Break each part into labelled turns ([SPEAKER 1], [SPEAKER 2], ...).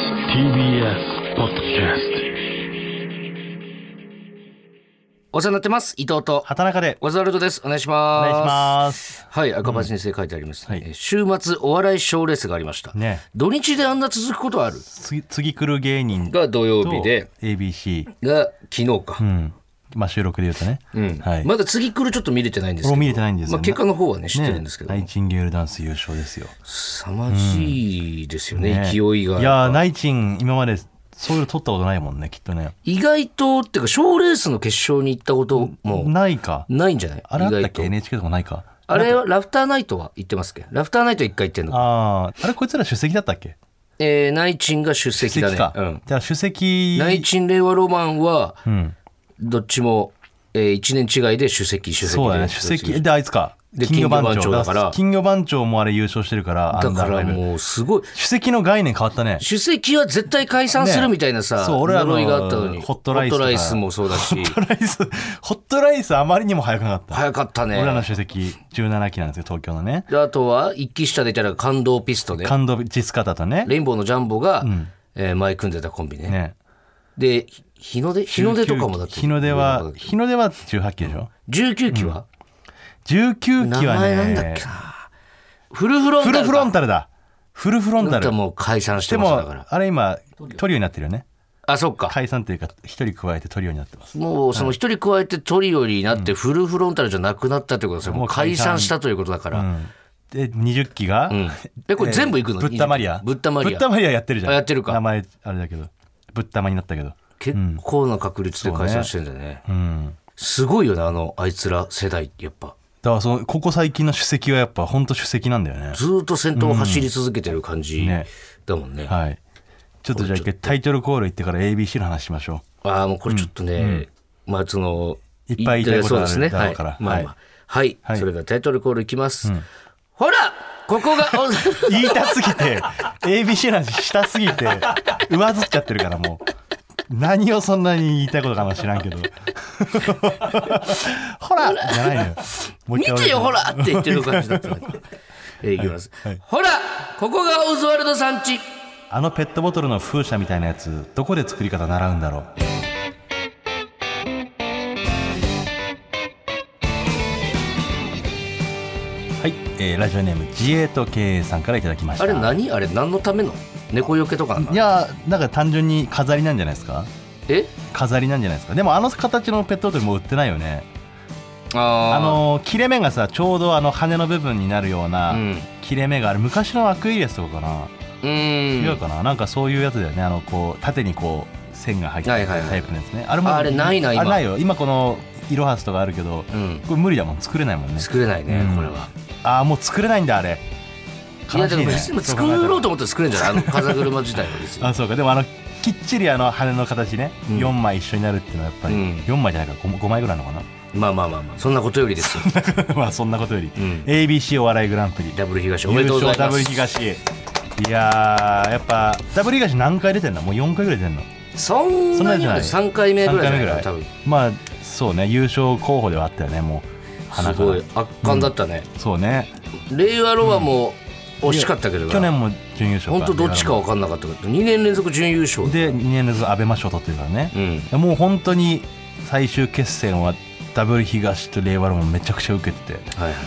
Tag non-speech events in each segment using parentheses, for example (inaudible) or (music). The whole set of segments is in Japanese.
[SPEAKER 1] TBS ポッドキャス
[SPEAKER 2] お世話になってます。伊藤と。
[SPEAKER 3] 畑中で
[SPEAKER 2] ワザルドです。お願いします。
[SPEAKER 3] お願いします
[SPEAKER 2] はい、赤羽先生書いてあります、
[SPEAKER 3] うんはい
[SPEAKER 2] えー週末お笑い賞レースがありました。
[SPEAKER 3] ね
[SPEAKER 2] 土日であんな続くことある
[SPEAKER 3] 次次来る芸人と
[SPEAKER 2] が土曜日で、
[SPEAKER 3] ABC、
[SPEAKER 2] が昨日か。
[SPEAKER 3] うんまあ、収録で言うとね、
[SPEAKER 2] うん
[SPEAKER 3] はい、
[SPEAKER 2] まだ次来るちょっと見れてないんですけど。
[SPEAKER 3] 俺も見れてないんですよね
[SPEAKER 2] まあ、結果の方はね、知ってるんですけど。
[SPEAKER 3] ねナイチンゲールダンス優勝ですよ、
[SPEAKER 2] 凄まじいですよね、
[SPEAKER 3] ね
[SPEAKER 2] 勢いが。
[SPEAKER 3] いやーナイチン今までそういうの取ったことないもんねきっとね
[SPEAKER 2] 意外と、っていうか、賞レースの決勝に行ったことも
[SPEAKER 3] ないか
[SPEAKER 2] ないんじゃない
[SPEAKER 3] あれあったっけ
[SPEAKER 2] 意外と
[SPEAKER 3] NHK とかないか
[SPEAKER 2] あれは、ラフターナイトは行ってますっけラフターナイト一回行ってんのか。
[SPEAKER 3] あーあれこいつら出席だったっけ
[SPEAKER 2] えー、ナイチンが出席
[SPEAKER 3] 出
[SPEAKER 2] だ
[SPEAKER 3] 席
[SPEAKER 2] ね。
[SPEAKER 3] か、
[SPEAKER 2] うん。
[SPEAKER 3] じゃあ出席
[SPEAKER 2] ナイチン令和ロマンは、
[SPEAKER 3] うん、
[SPEAKER 2] どっちも、えー、1年違いで首席、首席で。
[SPEAKER 3] そうだね出席であいつか
[SPEAKER 2] で
[SPEAKER 3] 金魚番
[SPEAKER 2] 金魚
[SPEAKER 3] 長
[SPEAKER 2] 番長だから
[SPEAKER 3] 金魚番長もあれ優勝してるから
[SPEAKER 2] だか
[SPEAKER 3] アンダ
[SPEAKER 2] ら
[SPEAKER 3] ーライブ
[SPEAKER 2] もうすごい。
[SPEAKER 3] 主席の概念変わったね
[SPEAKER 2] 首席は絶対解散するみたいなさ、
[SPEAKER 3] ねそう俺らの
[SPEAKER 2] 呪いがあったのに。
[SPEAKER 3] ホットライス
[SPEAKER 2] ホ
[SPEAKER 3] とか
[SPEAKER 2] ットスもそうだし、
[SPEAKER 3] ホットライス、ホットライスあまりにも早くなかった。
[SPEAKER 2] 早かったね。
[SPEAKER 3] 俺らの主席17期なんですよ、東京のね。
[SPEAKER 2] であとは、一騎下でいたら感動ピストね。
[SPEAKER 3] 感動ジスカタとね。
[SPEAKER 2] レインボーのジャンボが、えー前組んでたコンビね。
[SPEAKER 3] ね。
[SPEAKER 2] で、ひ日の出日の出とかもだって。
[SPEAKER 3] 日の出は、日の出は18期でしょ。
[SPEAKER 2] 19期は、
[SPEAKER 3] 19
[SPEAKER 2] 名
[SPEAKER 3] 期は
[SPEAKER 2] 前なんだっ
[SPEAKER 3] ね
[SPEAKER 2] け、な。フルフロン
[SPEAKER 3] フ
[SPEAKER 2] タルか。
[SPEAKER 3] ルフロンタルだ。フルフロン
[SPEAKER 2] だ
[SPEAKER 3] タ
[SPEAKER 2] った
[SPEAKER 3] ル
[SPEAKER 2] ら。もう解散して
[SPEAKER 3] で
[SPEAKER 2] ましただ
[SPEAKER 3] も
[SPEAKER 2] から、。
[SPEAKER 3] あれ今、トリオになってるよね。
[SPEAKER 2] あ、そっか。
[SPEAKER 3] 解散というか、一人加えてトリオになってます。
[SPEAKER 2] もうその一人加えてトリオになってフルフロンタルじゃなくなったということですよ。もう解散したということだから。
[SPEAKER 3] うんで、20期が、
[SPEAKER 2] え、これ全部いくの
[SPEAKER 3] ブッダマリア。
[SPEAKER 2] ブッダマリ
[SPEAKER 3] ブ
[SPEAKER 2] ア
[SPEAKER 3] ッ。ダマリアやってるじゃん。
[SPEAKER 2] あやってるか
[SPEAKER 3] 名前、あれだけど。ブッダマになったけど。
[SPEAKER 2] 結構な確率で解散してんだよね。
[SPEAKER 3] うん。
[SPEAKER 2] すごいよね、あの、あいつら世代ってやっぱ。
[SPEAKER 3] だからそのここ最近の主席はやっぱ本当主席なんだよね
[SPEAKER 2] ずーっと先頭を走り続けてる感
[SPEAKER 3] う
[SPEAKER 2] じ
[SPEAKER 3] んね
[SPEAKER 2] だもんね。
[SPEAKER 3] はいちょっとじゃあ一回タイトルコール行ってから ABC の話しましょ
[SPEAKER 2] ああ、もうこれちょっとね、まあその、
[SPEAKER 3] いっぱい言いたいこと
[SPEAKER 2] そう
[SPEAKER 3] が
[SPEAKER 2] で
[SPEAKER 3] あ
[SPEAKER 2] すね。
[SPEAKER 3] るだ
[SPEAKER 2] は
[SPEAKER 3] ろ
[SPEAKER 2] い。
[SPEAKER 3] うから
[SPEAKER 2] まあまあはい。
[SPEAKER 3] はい
[SPEAKER 2] それではタイトルコールいきます。ほらここが、
[SPEAKER 3] う言いたすぎ
[SPEAKER 2] (laughs)
[SPEAKER 3] て ABC の話したすぎて上ずっちゃってるからもう何をそんなに言いたいことかも知らん
[SPEAKER 2] (laughs)
[SPEAKER 3] けどほらじゃないのよもう
[SPEAKER 2] 見
[SPEAKER 3] 一回
[SPEAKER 2] てよほらって言ってる感じだったねえーいきます、ほらここがオズワルドさんち
[SPEAKER 3] あのペットボトルの風車みたいなやつどこで作り方習うんだろうはい、えーラジオネーム自衛と経営さんからいただきました
[SPEAKER 2] あれ何あれ何のための猫よけとかなんか
[SPEAKER 3] いやなんか単純に飾りなんじゃないですか
[SPEAKER 2] え
[SPEAKER 3] 飾りなんじゃないですかでもあの形のペットボトルもう売ってないよね
[SPEAKER 2] あ
[SPEAKER 3] あ
[SPEAKER 2] あの
[SPEAKER 3] の切れ目がさちょうどあの羽の部分になるような
[SPEAKER 2] うん
[SPEAKER 3] 切れ目がある昔のアクエリアスとかかな
[SPEAKER 2] う
[SPEAKER 3] 違うんかななんかそういうやつだよねあのこう縦にこう線が入って
[SPEAKER 2] は
[SPEAKER 3] る
[SPEAKER 2] いはいはい
[SPEAKER 3] タイプのやつね、あれ
[SPEAKER 2] あれないな今
[SPEAKER 3] あれないよ今このイロハスとかあるけど
[SPEAKER 2] うん
[SPEAKER 3] これ無理だもん作れないもんね
[SPEAKER 2] 作れないね、
[SPEAKER 3] うん
[SPEAKER 2] これは
[SPEAKER 3] ああもう作れないんだあれ
[SPEAKER 2] いや
[SPEAKER 3] 悲
[SPEAKER 2] で
[SPEAKER 3] しい
[SPEAKER 2] も
[SPEAKER 3] ね
[SPEAKER 2] 別に
[SPEAKER 3] そう
[SPEAKER 2] 作
[SPEAKER 3] 考えたら
[SPEAKER 2] ろうと思ったら作れんじゃないあの風車自体は別に
[SPEAKER 3] あそうかでもあのきっちりあの羽の形ね、
[SPEAKER 2] うん
[SPEAKER 3] 4枚一緒になるっていうのはやっぱり、
[SPEAKER 2] うん
[SPEAKER 3] 4枚じゃないか 5, 枚ぐらいな (laughs) のか
[SPEAKER 2] まあまあまあまあそんなことよ
[SPEAKER 3] (laughs)
[SPEAKER 2] りですよ、
[SPEAKER 3] なまあそんなことより、
[SPEAKER 2] うん
[SPEAKER 3] ABC お笑いグランプリ
[SPEAKER 2] ダブル東おめでとうございま
[SPEAKER 3] 優
[SPEAKER 2] す
[SPEAKER 3] 勝ダブル東いやーやっぱダブル東何回出てんのもう4回ぐらい出てんの
[SPEAKER 2] そん
[SPEAKER 3] そん
[SPEAKER 2] な
[SPEAKER 3] な
[SPEAKER 2] に
[SPEAKER 3] じゃない
[SPEAKER 2] 3回目ぐらいじゃないか
[SPEAKER 3] 三
[SPEAKER 2] な多
[SPEAKER 3] 回
[SPEAKER 2] 分
[SPEAKER 3] まあそうね優勝候補ではあったよねもう
[SPEAKER 2] すごい圧巻だったね、
[SPEAKER 3] そうね
[SPEAKER 2] 令和ロマンも惜しかったけどな
[SPEAKER 3] 去年も準優勝
[SPEAKER 2] 本当どっちか
[SPEAKER 3] を
[SPEAKER 2] 分かんなかったけど2年連続準優勝
[SPEAKER 3] で2年連続アベマ賞取ってるからね
[SPEAKER 2] う、ん
[SPEAKER 3] もう本当に最終決戦はダブル東と令和ロマンめちゃくちゃ受けてて
[SPEAKER 2] はいはい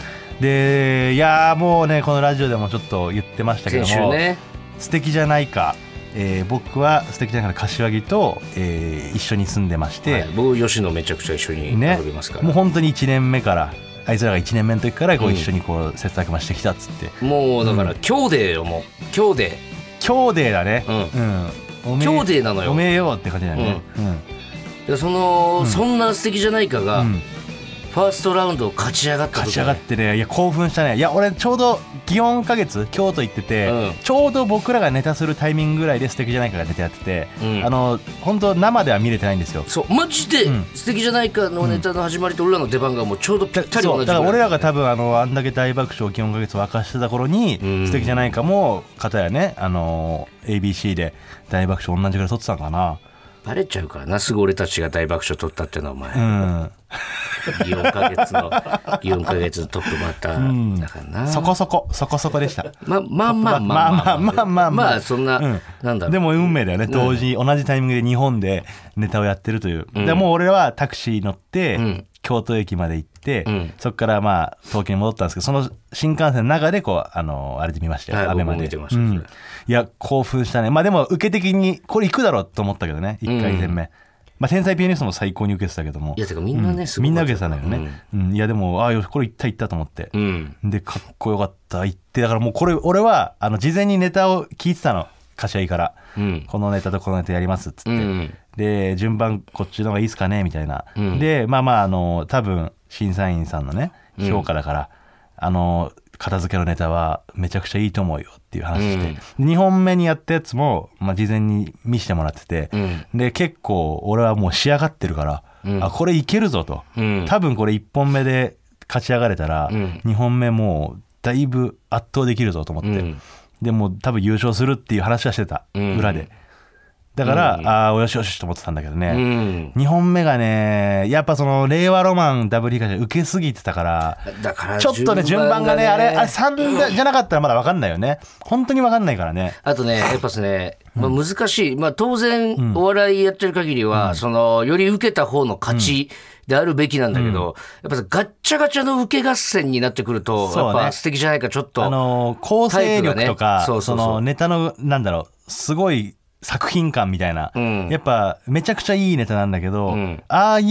[SPEAKER 3] でいやーもうねこのラジオでもちょっと言ってましたけど
[SPEAKER 2] 先
[SPEAKER 3] も
[SPEAKER 2] 週ね
[SPEAKER 3] 素敵じゃないか、えー僕は素敵じゃないかの柏木と、えー一緒に住んでまして、
[SPEAKER 2] はい僕吉野めちゃくちゃ一緒に
[SPEAKER 3] ね
[SPEAKER 2] 遊びますか、ら
[SPEAKER 3] もう本当に1年目からあいつらが1年目の時からこ
[SPEAKER 2] う
[SPEAKER 3] うん一緒にこう切磋琢磨してきたっつって、
[SPEAKER 2] もうだから
[SPEAKER 3] う
[SPEAKER 2] 今日でよもう今日で
[SPEAKER 3] 今日でだね、
[SPEAKER 2] う
[SPEAKER 3] うんおめえ
[SPEAKER 2] 今日でなのよ
[SPEAKER 3] おめえよって感じだよね、うん
[SPEAKER 2] でその、
[SPEAKER 3] うん
[SPEAKER 2] そんな素敵じゃないかが、
[SPEAKER 3] うん
[SPEAKER 2] ファーストラウンドを勝ち上がった
[SPEAKER 3] 勝ち上がってねいや興奮したねいや俺ちょうど祇園花月京都行ってて、
[SPEAKER 2] うん
[SPEAKER 3] ちょうど僕らがネタするタイミングぐらいで「素敵じゃないか」がネタやってて、
[SPEAKER 2] うん
[SPEAKER 3] あの本当生では見れてないんですよ
[SPEAKER 2] そうマジで
[SPEAKER 3] うん
[SPEAKER 2] 素敵じゃないかのネタの始まりと俺らの出番がもうちょうどぴったり同
[SPEAKER 3] そ
[SPEAKER 2] じ
[SPEAKER 3] うだから俺らが
[SPEAKER 2] た
[SPEAKER 3] 多分あのあんだけ大爆笑祇園花月を沸かしてた頃に
[SPEAKER 2] う
[SPEAKER 3] 「
[SPEAKER 2] ん
[SPEAKER 3] 素敵じゃないか」も方やねあの ABC で大爆笑同じぐらい撮ってたのかな (laughs)
[SPEAKER 2] バレちゃうからなすぐ俺たちが大爆笑取ったってのはお前、
[SPEAKER 3] うん
[SPEAKER 2] 4ヶ月の、4ヶ月のトップバッターだからな。
[SPEAKER 3] そこそこ、そこそこでした。
[SPEAKER 2] ままあま
[SPEAKER 3] ま
[SPEAKER 2] あまあ
[SPEAKER 3] あまあまあまあ
[SPEAKER 2] まあそんな、
[SPEAKER 3] うん
[SPEAKER 2] なんだろう
[SPEAKER 3] でも運命だよね同時、同じタイミングで日本でネタをやってるという、でもう俺はタクシー乗って、
[SPEAKER 2] ん
[SPEAKER 3] 京都駅まで行って、
[SPEAKER 2] ん
[SPEAKER 3] そこからまあ東京に戻ったんですけどその新幹線の中でこうあのあれで見ましたよ、
[SPEAKER 2] はい
[SPEAKER 3] アベマ
[SPEAKER 2] 僕も
[SPEAKER 3] で
[SPEAKER 2] 見てました
[SPEAKER 3] う
[SPEAKER 2] そ
[SPEAKER 3] ん、
[SPEAKER 2] れ
[SPEAKER 3] いや興奮したねまあでも受け的にこれ行くだろうと思ったけどね1回戦目、まあ、天才ピアニストも最高に受けてたけども
[SPEAKER 2] いやてかみんなね、すご
[SPEAKER 3] み
[SPEAKER 2] い
[SPEAKER 3] んな受けてたんだよね、うんいやでもああよしこれ行った行ったと思って、
[SPEAKER 2] うん、うん
[SPEAKER 3] でかっこよかった行ってだからもうこれ俺はあの事前にネタを聞いてたの柏木から、
[SPEAKER 2] うん
[SPEAKER 3] このネタとこのネタやりますっつって、
[SPEAKER 2] うん
[SPEAKER 3] で順番こっちの方がいいっすかねみたいな、
[SPEAKER 2] うん
[SPEAKER 3] でまあまああの多分審査員さんのね評価だから、あの片付けのネタはめちゃくちゃいいと思うよっていう話して、2本目にやったやつも、まあ、事前に見せてもらってて、
[SPEAKER 2] うん
[SPEAKER 3] で結構俺はもう仕上がってるから、あこれいけるぞと、
[SPEAKER 2] うん
[SPEAKER 3] 多分これ1本目で勝ち上がれたら、
[SPEAKER 2] うん
[SPEAKER 3] 2本目もうだいぶ圧倒できるぞと思って、
[SPEAKER 2] うん
[SPEAKER 3] でもう多分優勝するっていう話はしてた、
[SPEAKER 2] うん
[SPEAKER 3] 裏でだから、ああよしよしと思ってたんだけど
[SPEAKER 2] う
[SPEAKER 3] ね、
[SPEAKER 2] ん
[SPEAKER 3] 2本目がねやっぱその令和ロマンダブルヒカシャ受けすぎてたから
[SPEAKER 2] だから
[SPEAKER 3] ちょっとね順番がねあれあれ3だじゃなかったらまだ分かんないよね本当に分かんないからね
[SPEAKER 2] あとね、やっぱですね、まあ、難しい、まあ、当然、お笑いやってる限りは、その、より受けた方の勝ちであるべきなんだけど、やっぱさガッチャガチャの受け合戦になってくると、
[SPEAKER 3] そう
[SPEAKER 2] やっ
[SPEAKER 3] ね
[SPEAKER 2] ぱ素敵じゃないか、ちょっと。
[SPEAKER 3] あのー構成力とか、
[SPEAKER 2] タイプがねそう
[SPEAKER 3] そ
[SPEAKER 2] そ
[SPEAKER 3] う
[SPEAKER 2] そう
[SPEAKER 3] のネタのなんだろうすごい作品感みたいな、
[SPEAKER 2] ん
[SPEAKER 3] やっぱめちゃくちゃいいネタなんだけど、
[SPEAKER 2] ん
[SPEAKER 3] ああい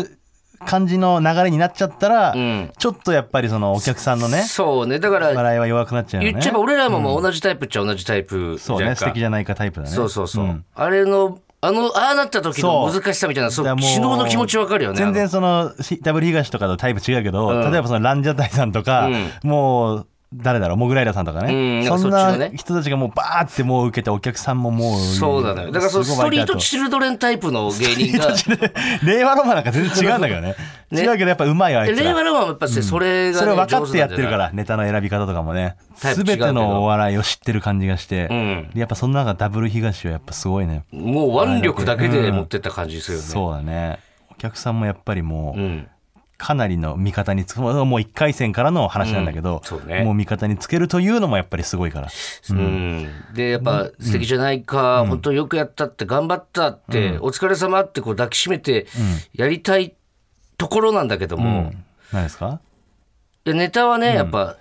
[SPEAKER 3] う感じの流れになっちゃったら、
[SPEAKER 2] ん
[SPEAKER 3] ちょっとやっぱりそのお客さんのね
[SPEAKER 2] そうね、だから、
[SPEAKER 3] 笑いは弱くなっちゃうよね
[SPEAKER 2] 言っちゃえば、俺らももう同じタイプっちゃ同じタイプじゃ
[SPEAKER 3] そ
[SPEAKER 2] ん
[SPEAKER 3] う
[SPEAKER 2] か。
[SPEAKER 3] ね素敵じゃないかタイプだね
[SPEAKER 2] そうそうそう。
[SPEAKER 3] ん
[SPEAKER 2] あれの、あの、ああなった時の難しさみたいな、そ
[SPEAKER 3] だ
[SPEAKER 2] う
[SPEAKER 3] からもう
[SPEAKER 2] 死ぬほど気持ちわかるよね。
[SPEAKER 3] 全然そのしダブル東とかとタイプ違うけど、例えばそのランジャタイさんとか、もう誰だろうモグライダーさんとかね、
[SPEAKER 2] うん
[SPEAKER 3] そん
[SPEAKER 2] そっちの
[SPEAKER 3] な
[SPEAKER 2] ね
[SPEAKER 3] 人たちがもうバーってもう受けてお客さんももう
[SPEAKER 2] そうなのよ。だからその
[SPEAKER 3] す
[SPEAKER 2] ス
[SPEAKER 3] ご
[SPEAKER 2] ト
[SPEAKER 3] い
[SPEAKER 2] リ
[SPEAKER 3] 湧
[SPEAKER 2] ー
[SPEAKER 3] いた
[SPEAKER 2] ト
[SPEAKER 3] と
[SPEAKER 2] チルドレンタイプの
[SPEAKER 3] (laughs)
[SPEAKER 2] 芸人が、
[SPEAKER 3] 令和ロマンなんか全然違うんだけどね
[SPEAKER 2] (laughs) ね
[SPEAKER 3] 違うけどやっぱうまいよあいつ
[SPEAKER 2] 令
[SPEAKER 3] ら
[SPEAKER 2] 和ロマンはやっぱりそれが、ね。
[SPEAKER 3] それを分かってやってるかららネタの選び方とかもね
[SPEAKER 2] タイプ違う
[SPEAKER 3] 全
[SPEAKER 2] けど
[SPEAKER 3] てのお笑いを知ってる感じがして、
[SPEAKER 2] ん
[SPEAKER 3] やっぱその中ダブル東はやっぱすごいね
[SPEAKER 2] もう腕力だけで持ってった感じするよね。
[SPEAKER 3] そうだねお客さんもやっぱりもう、
[SPEAKER 2] うん。
[SPEAKER 3] かなりの味方につくもう1回戦からの話なんだけど、
[SPEAKER 2] うんそうね
[SPEAKER 3] もう味方につけるというのもやっぱりすごいから
[SPEAKER 2] うん、でやっぱ素敵じゃないか、本当よくやったって頑張ったって、お疲れ様ってこう抱きしめてやりたいところなんだけども、
[SPEAKER 3] 何ですか
[SPEAKER 2] でネタはね、やっぱ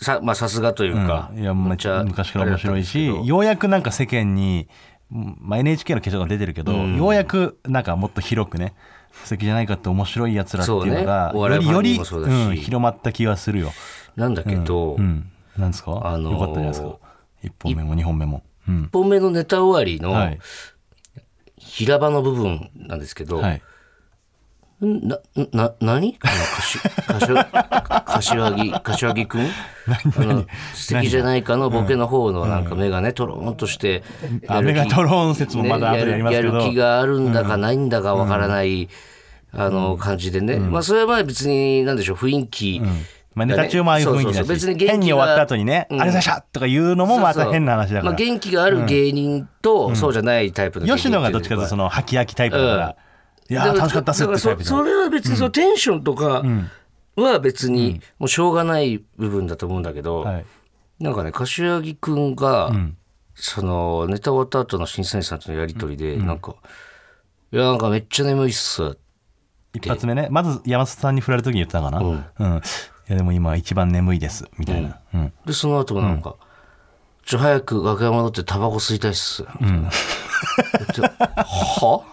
[SPEAKER 2] さまあさすがというか、
[SPEAKER 3] いやめっちゃ昔から面白いし
[SPEAKER 2] あれだったんですけど
[SPEAKER 3] ようやくなんか世間に、うんまあ、NHK の化粧が出てるけど、ようやくなんかもっと広くね素敵じゃないかって面白いやつらっていうのが
[SPEAKER 2] そうねお笑いファ
[SPEAKER 3] よ
[SPEAKER 2] ンに
[SPEAKER 3] りよ
[SPEAKER 2] も
[SPEAKER 3] り、
[SPEAKER 2] そうだし
[SPEAKER 3] うん広まった気がするよ、
[SPEAKER 2] なんだけど、
[SPEAKER 3] うん、なんですか、
[SPEAKER 2] あのー
[SPEAKER 3] よかったじゃないですか1本目も2本目も、うん
[SPEAKER 2] 1本目のネタ終わり
[SPEAKER 3] は
[SPEAKER 2] の
[SPEAKER 3] い
[SPEAKER 2] 平場の部分なんですけど、
[SPEAKER 3] はい、
[SPEAKER 2] な、な、何あの、かし、かし、柏木、柏木くんあの、素敵じゃないかのボケの方のなんか目がね、とろーんとして、
[SPEAKER 3] あメガトローン説もまだ後でやりますけど、
[SPEAKER 2] ねやるやる気があるんだかないんだかわからない、あの、感じでね。まあ、それはまあ別に、なんでしょう、雰囲気。
[SPEAKER 3] まあ、ネタ中もああいう雰囲気
[SPEAKER 2] そ
[SPEAKER 3] だ
[SPEAKER 2] うそうそう別
[SPEAKER 3] し
[SPEAKER 2] に元気が
[SPEAKER 3] 変に終わった後にね、あれだしゃとか言うのもまた変な話だか
[SPEAKER 2] まあ、
[SPEAKER 3] ら
[SPEAKER 2] 元気がある芸人と、そうじゃないタイプの芸人って
[SPEAKER 3] 吉
[SPEAKER 2] いう
[SPEAKER 3] 野
[SPEAKER 2] の
[SPEAKER 3] が
[SPEAKER 2] は
[SPEAKER 3] どっちかというとその吐き飽きタイプだから、いや
[SPEAKER 2] だ
[SPEAKER 3] ー
[SPEAKER 2] ら
[SPEAKER 3] 楽しかったっすっ
[SPEAKER 2] だ
[SPEAKER 3] て
[SPEAKER 2] から
[SPEAKER 3] タイプ
[SPEAKER 2] そ
[SPEAKER 3] じゃん
[SPEAKER 2] それは別にそのテンションとかは別にもうしょうがない部分だと思うんだけど、
[SPEAKER 3] はい
[SPEAKER 2] なんかね柏木くんが、そのネタ終わった後の審査員さんとのやり取りで、なんか「いやなんかめっちゃ眠いっす」
[SPEAKER 3] 一発目ねまず山里さんに振られた時に言ってたかな、うんいやでも今一番眠いですみたいな、うん
[SPEAKER 2] でその後もなんか、ちょ早く楽屋戻ってタバコ吸いたいっす」みたいな。では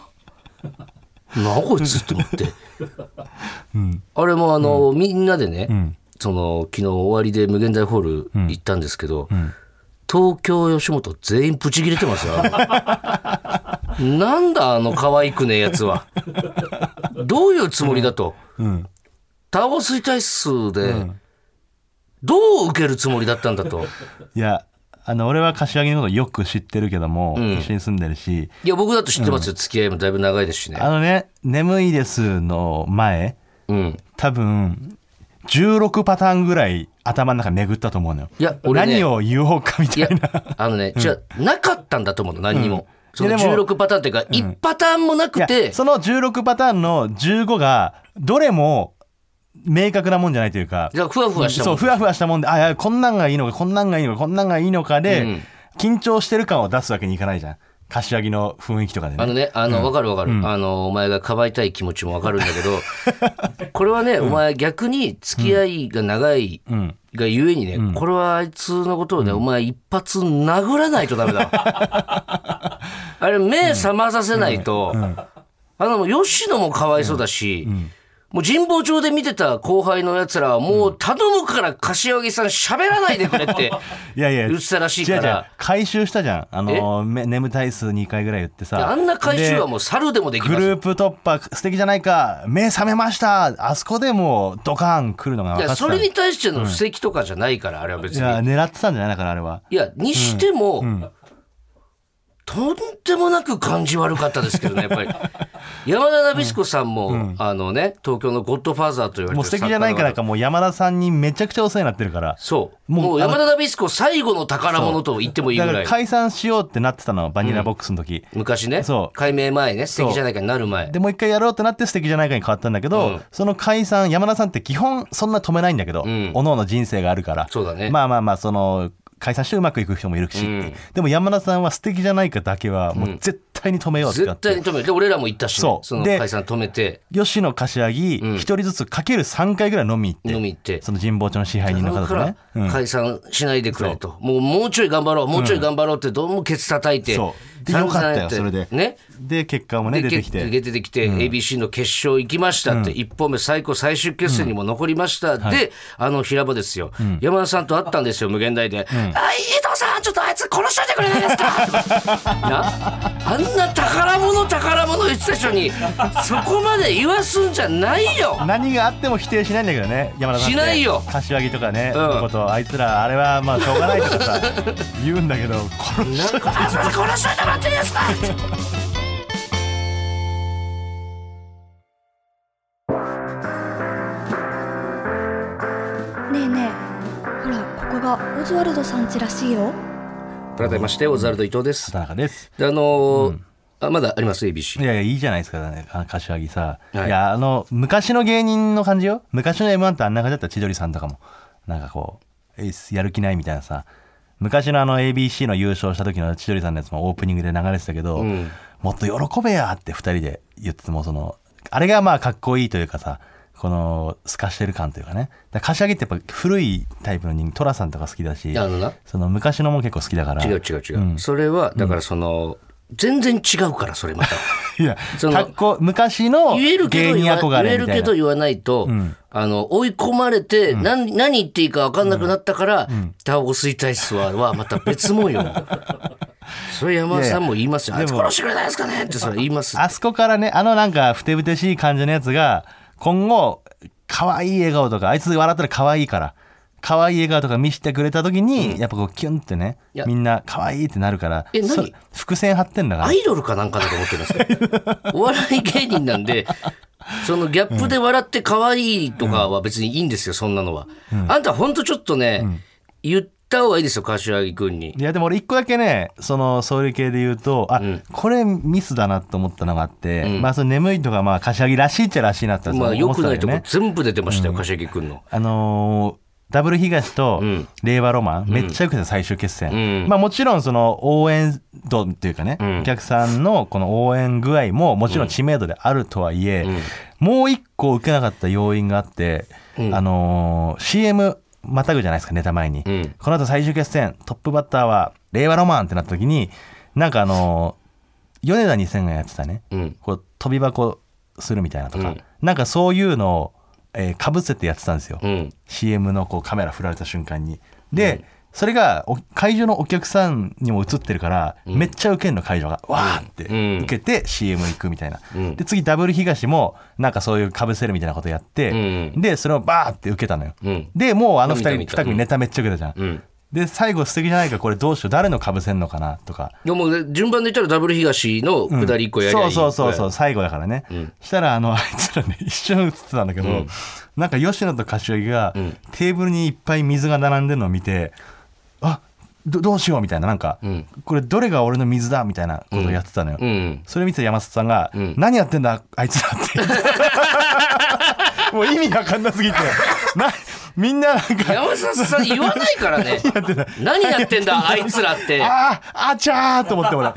[SPEAKER 2] なあこいつって思って、あれもあの、みんなでね、その昨日終わりで無限大ホール行ったんですけど、東京吉本全員ブチ切れてますよあ (laughs) のなんだあの可愛くねえやつはどういうつもりだと、タバコ吸いたいっすで、どう受けるつもりだったんだと。
[SPEAKER 3] いやあの俺は柏木のことよく知ってるけども、一緒に住んでるし
[SPEAKER 2] いや、僕だと知ってますよ。付き合いもだいぶ長いですしね
[SPEAKER 3] あ。のね「眠いです」の前
[SPEAKER 2] うん。
[SPEAKER 3] 多分16パターンぐらい頭の中巡ったと思うのよ
[SPEAKER 2] いや、俺ね。
[SPEAKER 3] 何を言おうかみた
[SPEAKER 2] い
[SPEAKER 3] い
[SPEAKER 2] や
[SPEAKER 3] な、
[SPEAKER 2] あのね、じゃあなかったんだと思うの、何にも。その
[SPEAKER 3] いやでも
[SPEAKER 2] 16パターンっていうか、1パターンもないく
[SPEAKER 3] や
[SPEAKER 2] て、
[SPEAKER 3] その16パターンの15がどれも明確なもんじゃないというか
[SPEAKER 2] だからふわふわしたも
[SPEAKER 3] そ
[SPEAKER 2] ん
[SPEAKER 3] うふわふわしたもんであいやこんなんがいいのかこんなんがいいのかこんなんがいいのかで、
[SPEAKER 2] うん
[SPEAKER 3] 緊張してる感を出すわけにいかないじゃん柏木の雰囲気とかでね
[SPEAKER 2] あのね、あの、わかるわかる。あの、お前がかばいたい気持ちもわかるんだけ
[SPEAKER 3] (laughs)
[SPEAKER 2] ど、これはね、お前逆に付き合いが長い
[SPEAKER 3] うん、
[SPEAKER 2] がゆえにね、これはあいつのことをね、お前一発殴らないとダメだわ。
[SPEAKER 3] (laughs)
[SPEAKER 2] あれ、目覚まさせないと、あの、吉野もかわいそうだし、もう神保町で見てた後輩の奴らはもう頼むから柏木さん喋らないでくれ
[SPEAKER 3] (laughs)
[SPEAKER 2] って
[SPEAKER 3] いやいや
[SPEAKER 2] 言ってたらしいか
[SPEAKER 3] 違う違う
[SPEAKER 2] ら、
[SPEAKER 3] 回収したじゃんあのめ眠たい数2回ぐらい言ってさ
[SPEAKER 2] あんな回収は
[SPEAKER 3] で
[SPEAKER 2] もう猿でもでき
[SPEAKER 3] グ
[SPEAKER 2] ますよ
[SPEAKER 3] ループ突破素敵じゃないか目覚めましたあそこでもうドカーン来るのが
[SPEAKER 2] い
[SPEAKER 3] 分か
[SPEAKER 2] や
[SPEAKER 3] ってた
[SPEAKER 2] それに対しての布石とかじゃないから、あれは別
[SPEAKER 3] い
[SPEAKER 2] に。
[SPEAKER 3] や狙ってたんじゃないだからあれはい
[SPEAKER 2] や、にしても、とんでもなく感じ悪かったですけどね、やっ
[SPEAKER 3] (laughs)
[SPEAKER 2] ぱり。山田ナビスコさんも、あのね、東京のゴッドファーザーと言われてる
[SPEAKER 3] もう素敵じゃないから
[SPEAKER 2] 作家の方
[SPEAKER 3] かもう山田さんにめちゃくちゃお世話になってるから
[SPEAKER 2] そう。
[SPEAKER 3] もう
[SPEAKER 2] もう
[SPEAKER 3] あの
[SPEAKER 2] 山田ナビスコ最後の宝物と言ってもいいぐ
[SPEAKER 3] だからら
[SPEAKER 2] い。
[SPEAKER 3] 解散しようってなってたのバニラボックスの時、
[SPEAKER 2] 昔ね
[SPEAKER 3] そ、う
[SPEAKER 2] 改名前ね、素敵じゃないかになる前
[SPEAKER 3] で。もう一回やろうってなって素敵じゃないかに変わったんだけど、
[SPEAKER 2] うん
[SPEAKER 3] その解散山田さんって基本そんな止めないんだけど、
[SPEAKER 2] ん
[SPEAKER 3] おのおの人生があるから
[SPEAKER 2] そうだね
[SPEAKER 3] まあまあまあその解散してうまくいく人もいるし、
[SPEAKER 2] ん
[SPEAKER 3] でも山田さんは素敵じゃないかだけはもう絶対に止めようってな
[SPEAKER 2] 絶
[SPEAKER 3] って、
[SPEAKER 2] 対に止める。で、俺らも行ったしね、
[SPEAKER 3] そう
[SPEAKER 2] その
[SPEAKER 3] で
[SPEAKER 2] 解散止めて、
[SPEAKER 3] 吉野柏木一人ずつかける3回ぐらい飲み行って、
[SPEAKER 2] 飲み行って。
[SPEAKER 3] その神保町の支配人の
[SPEAKER 2] だ
[SPEAKER 3] 方
[SPEAKER 2] か
[SPEAKER 3] とね
[SPEAKER 2] ら、解散しないでくれと、もうもうちょい頑張ろう、もうちょい頑張ろうって、どうもケツ叩いて、
[SPEAKER 3] そうで
[SPEAKER 2] 散々
[SPEAKER 3] よかったよ
[SPEAKER 2] やて
[SPEAKER 3] それで
[SPEAKER 2] ね、
[SPEAKER 3] で結果もね出
[SPEAKER 2] で
[SPEAKER 3] てきて
[SPEAKER 2] け出てきて ABC の決勝行きましたって、一本目最高最終決戦にも残りました、であの平場ですよ、山田さんと会ったんですよ無限大で、あ伊藤さんちょっとあいつ殺しといてくれない
[SPEAKER 3] (laughs)
[SPEAKER 2] ですかなあんな宝物宝物言ってた人にそこまで言わすんじゃないよ
[SPEAKER 3] 何があっても否定しないんだけどね山田さんって
[SPEAKER 2] しないよ
[SPEAKER 3] 柏木とかね、
[SPEAKER 2] うん
[SPEAKER 3] のことあいつらあれはまあしょうがないとかさ言うんだけどこの
[SPEAKER 2] なんかあいつ殺しといてもらっていいですか
[SPEAKER 4] ねえねえほらここがオズワルドさん家らしいよ
[SPEAKER 2] 改めましてオズワルド伊藤です
[SPEAKER 3] 畑中です
[SPEAKER 2] であのーあまだあります ABC
[SPEAKER 3] いやいやいいじゃないですかねあの柏木さ、、
[SPEAKER 2] はいい
[SPEAKER 3] やあの昔の芸人の感じよ昔の m 1ってあんな感じだった千鳥さんとかもなんかこうえいっすやる気ないみたいなさ昔のあの ABC の優勝した時の千鳥さんのやつもオープニングで流れてたけど、
[SPEAKER 2] ん
[SPEAKER 3] もっと喜べやって2人で言っててもそのあれがまあかっこいいというかさこの透かしてる感というかねだから柏木ってやっぱ古いタイプの人トラさんとか好きだし
[SPEAKER 2] あのな
[SPEAKER 3] その昔のも結構好きだから
[SPEAKER 2] 違う違う違う、それはだからその、全然違うからそれ
[SPEAKER 3] (laughs)
[SPEAKER 2] また。
[SPEAKER 3] いや
[SPEAKER 2] その
[SPEAKER 3] かっこ昔の
[SPEAKER 2] 言えるけ
[SPEAKER 3] 芸
[SPEAKER 2] ど
[SPEAKER 3] 人
[SPEAKER 2] 言わ
[SPEAKER 3] 憧
[SPEAKER 2] 言
[SPEAKER 3] れ
[SPEAKER 2] え
[SPEAKER 3] み
[SPEAKER 2] る
[SPEAKER 3] たい
[SPEAKER 2] け
[SPEAKER 3] な
[SPEAKER 2] ど言わないと、あの追い込まれて、何何言っていいか分かんなくなったから「タバコ吸いたいっすわ」はまた別も
[SPEAKER 3] (laughs)
[SPEAKER 2] んよ。それ山田さんも言いますよ。
[SPEAKER 3] いやいや
[SPEAKER 2] あいつ
[SPEAKER 3] でも
[SPEAKER 2] 殺してくれないですかねってそれ言います。
[SPEAKER 3] あそこからね、あのなんか、ふてぶてしい感じのやつが、今後、可愛い笑顔とか、あいつ笑ったら可愛いから、可愛い笑顔とか見せてくれた時に、やっぱこう、キュンってね
[SPEAKER 2] いや、
[SPEAKER 3] みんな可愛いってなるから、
[SPEAKER 2] え何
[SPEAKER 3] そ伏線張ってんだか
[SPEAKER 2] ア
[SPEAKER 3] ら。
[SPEAKER 2] イドルかなんかだと思ってるんですか
[SPEAKER 3] (laughs)
[SPEAKER 2] お笑い芸人なんで、そのギャップで笑って可愛いとかは別にいいんですよ、そんなのは。あんたほんとちょっとね、言った方がいいですよ、柏木君に。
[SPEAKER 3] いやでも俺一個だけねそのそういう系で言うとあ、これミスだなと思ったのがあって、まあその眠いとかまあ柏木らしいっちゃらしいなって思
[SPEAKER 2] ま
[SPEAKER 3] っ
[SPEAKER 2] あ、
[SPEAKER 3] てたん
[SPEAKER 2] 良く
[SPEAKER 3] だ
[SPEAKER 2] ない
[SPEAKER 3] よ
[SPEAKER 2] とこ
[SPEAKER 3] ね
[SPEAKER 2] 全部出てましたよ、柏木君の。
[SPEAKER 3] あのーダブル東と
[SPEAKER 2] ん
[SPEAKER 3] 令和ロマン、めっちゃよくて最終決戦、
[SPEAKER 2] うん
[SPEAKER 3] まあ、もちろんその応援度っていうかね、
[SPEAKER 2] ん
[SPEAKER 3] お客さんのこの応援具合ももちろん知名度であるとはいえ、もう一個受けなかった要因があって、あのー CM またぐじゃないですかネタ前に、
[SPEAKER 2] うん
[SPEAKER 3] この後最終決戦トップバッターは令和ロマンってなった時になんかあのー米田2000がやってたね、
[SPEAKER 2] うん。
[SPEAKER 3] こう飛び箱するみたいなとか、
[SPEAKER 2] うん
[SPEAKER 3] なんかそういうのを、えかぶせてやってたんですよ、
[SPEAKER 2] うん。
[SPEAKER 3] CM のこうカメラ振られた瞬間にで、それがお会場のお客さんにも映ってるから、めっちゃウケんの会場がわーって
[SPEAKER 2] うん
[SPEAKER 3] 受けて CM 行くみたいな、
[SPEAKER 2] うん
[SPEAKER 3] で次ダブル東もなんかそういうかぶせるみたいなことやって、
[SPEAKER 2] うん
[SPEAKER 3] でそれをバーって受けたのよ、
[SPEAKER 2] うん
[SPEAKER 3] でもうあの2
[SPEAKER 2] 見
[SPEAKER 3] 人2
[SPEAKER 2] た見た
[SPEAKER 3] 組ネタめっちゃ受けたじゃん、
[SPEAKER 2] うん。
[SPEAKER 3] で最後素敵じゃないかこれどうしよう誰のかぶせんのかなとか
[SPEAKER 2] でも、順番で言ったらダブル東の下り一個やりゃいい、
[SPEAKER 3] そうそうそうそう
[SPEAKER 2] う。
[SPEAKER 3] 最後だからね、したらあのあいつらね一瞬映ってたんだけど、なんか吉野と柏木が、テーブルにいっぱい水が並んでるのを見てあどどうしようみたいななんか、
[SPEAKER 2] ん
[SPEAKER 3] これどれが俺の水だみたいなことをやってたのよ、
[SPEAKER 2] うん。
[SPEAKER 3] それ見て山里さんが「
[SPEAKER 2] ん
[SPEAKER 3] 何やってんだあいつら」って言って
[SPEAKER 2] (laughs)
[SPEAKER 3] もう意味わかんなすぎてなみんななんか
[SPEAKER 2] 山里さん言わないから
[SPEAKER 3] (laughs)
[SPEAKER 2] ね。何やってんだ、あいつらって。
[SPEAKER 3] あーあちゃーと思って俺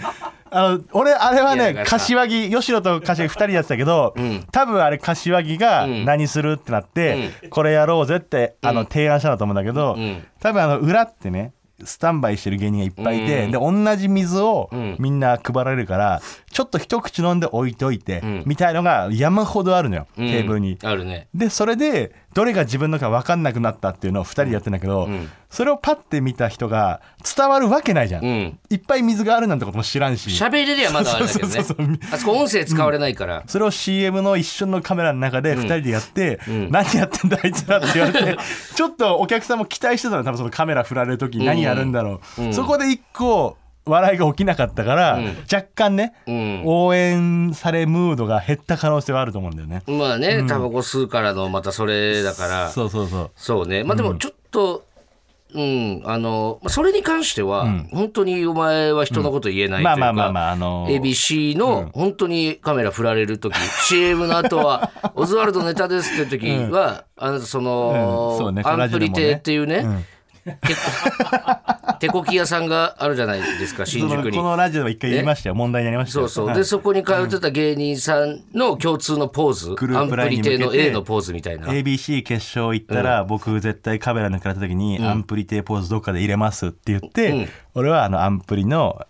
[SPEAKER 3] あの俺あれはい
[SPEAKER 2] やだ
[SPEAKER 3] ね
[SPEAKER 2] からさ
[SPEAKER 3] 柏木吉野と柏木2人でやってたけど、
[SPEAKER 2] ん
[SPEAKER 3] 多分あれ柏木が
[SPEAKER 2] ん
[SPEAKER 3] 何するってなって、これやろうぜってあの提案したんだと思うんだけど、
[SPEAKER 2] ん
[SPEAKER 3] 多分あの裏ってねスタンバイしてる芸人がいっぱいいて、で同じ水を
[SPEAKER 2] ん
[SPEAKER 3] みんな配られるから、ちょっと一口飲んで置いといて、
[SPEAKER 2] ん
[SPEAKER 3] みたいのが山ほどあるのよ、
[SPEAKER 2] うん
[SPEAKER 3] テーブルに。
[SPEAKER 2] あるね。
[SPEAKER 3] でそれでどれが自分のか分かんなくなったっていうのを2人でやってんだけど、
[SPEAKER 2] ん
[SPEAKER 3] それをパッて見た人が伝わるわけないじゃん、
[SPEAKER 2] うん
[SPEAKER 3] いっぱい水があるなんてことも知らんし
[SPEAKER 2] 喋れりゃまだあれだけどね
[SPEAKER 3] そうそうそうそう。
[SPEAKER 2] あそこ音声使われないから。
[SPEAKER 3] それを CM の一瞬のカメラの中で2人でやって「
[SPEAKER 2] ん
[SPEAKER 3] 何やってんだあいつら」って言われ
[SPEAKER 2] (laughs)
[SPEAKER 3] てちょっとお客さんも期待してたの多分そのカメラ振られる時に何やるんだろう、そこで一個笑いが起きなかったから、若干ね、
[SPEAKER 2] ん
[SPEAKER 3] 応援されムードが減った可能性はあると思うんだよね。
[SPEAKER 2] まあね、タバコ吸うからの、またそれだから。
[SPEAKER 3] そうそうそう
[SPEAKER 2] そうね。まあでもちょっと、うん、あの、まあそれに関しては、本当にお前は人のこと言えないと
[SPEAKER 3] ま
[SPEAKER 2] いうか、
[SPEAKER 3] あまあまあまああの
[SPEAKER 2] ABC の本当にカメラ振られる時、CM の後は「オズワルドネタです」っていう時は、あのその、
[SPEAKER 3] うんそうね
[SPEAKER 2] アン
[SPEAKER 3] コ
[SPEAKER 2] プリ
[SPEAKER 3] ラジルも
[SPEAKER 2] 亭
[SPEAKER 3] ね
[SPEAKER 2] っていうね、手こ手こき屋さんがあるじゃないですか新宿
[SPEAKER 3] その
[SPEAKER 2] に
[SPEAKER 3] こ。のラジオでも一回言いましたよ問題になりました
[SPEAKER 2] そ
[SPEAKER 3] よ
[SPEAKER 2] うそう
[SPEAKER 3] はい
[SPEAKER 2] でそこに通ってた芸人さんの共通のポーズ、
[SPEAKER 3] グル
[SPEAKER 2] ア
[SPEAKER 3] ー
[SPEAKER 2] ン
[SPEAKER 3] プ
[SPEAKER 2] プ
[SPEAKER 3] ライン
[SPEAKER 2] リ
[SPEAKER 3] に向け
[SPEAKER 2] 亭
[SPEAKER 3] て
[SPEAKER 2] の A のポーズみたいな。
[SPEAKER 3] ABC 決勝行ったら、僕絶対カメラ抜かれた時に、アンプリテーポーズどっかで入れますって言って、
[SPEAKER 2] うん
[SPEAKER 3] 俺はあのアンプリの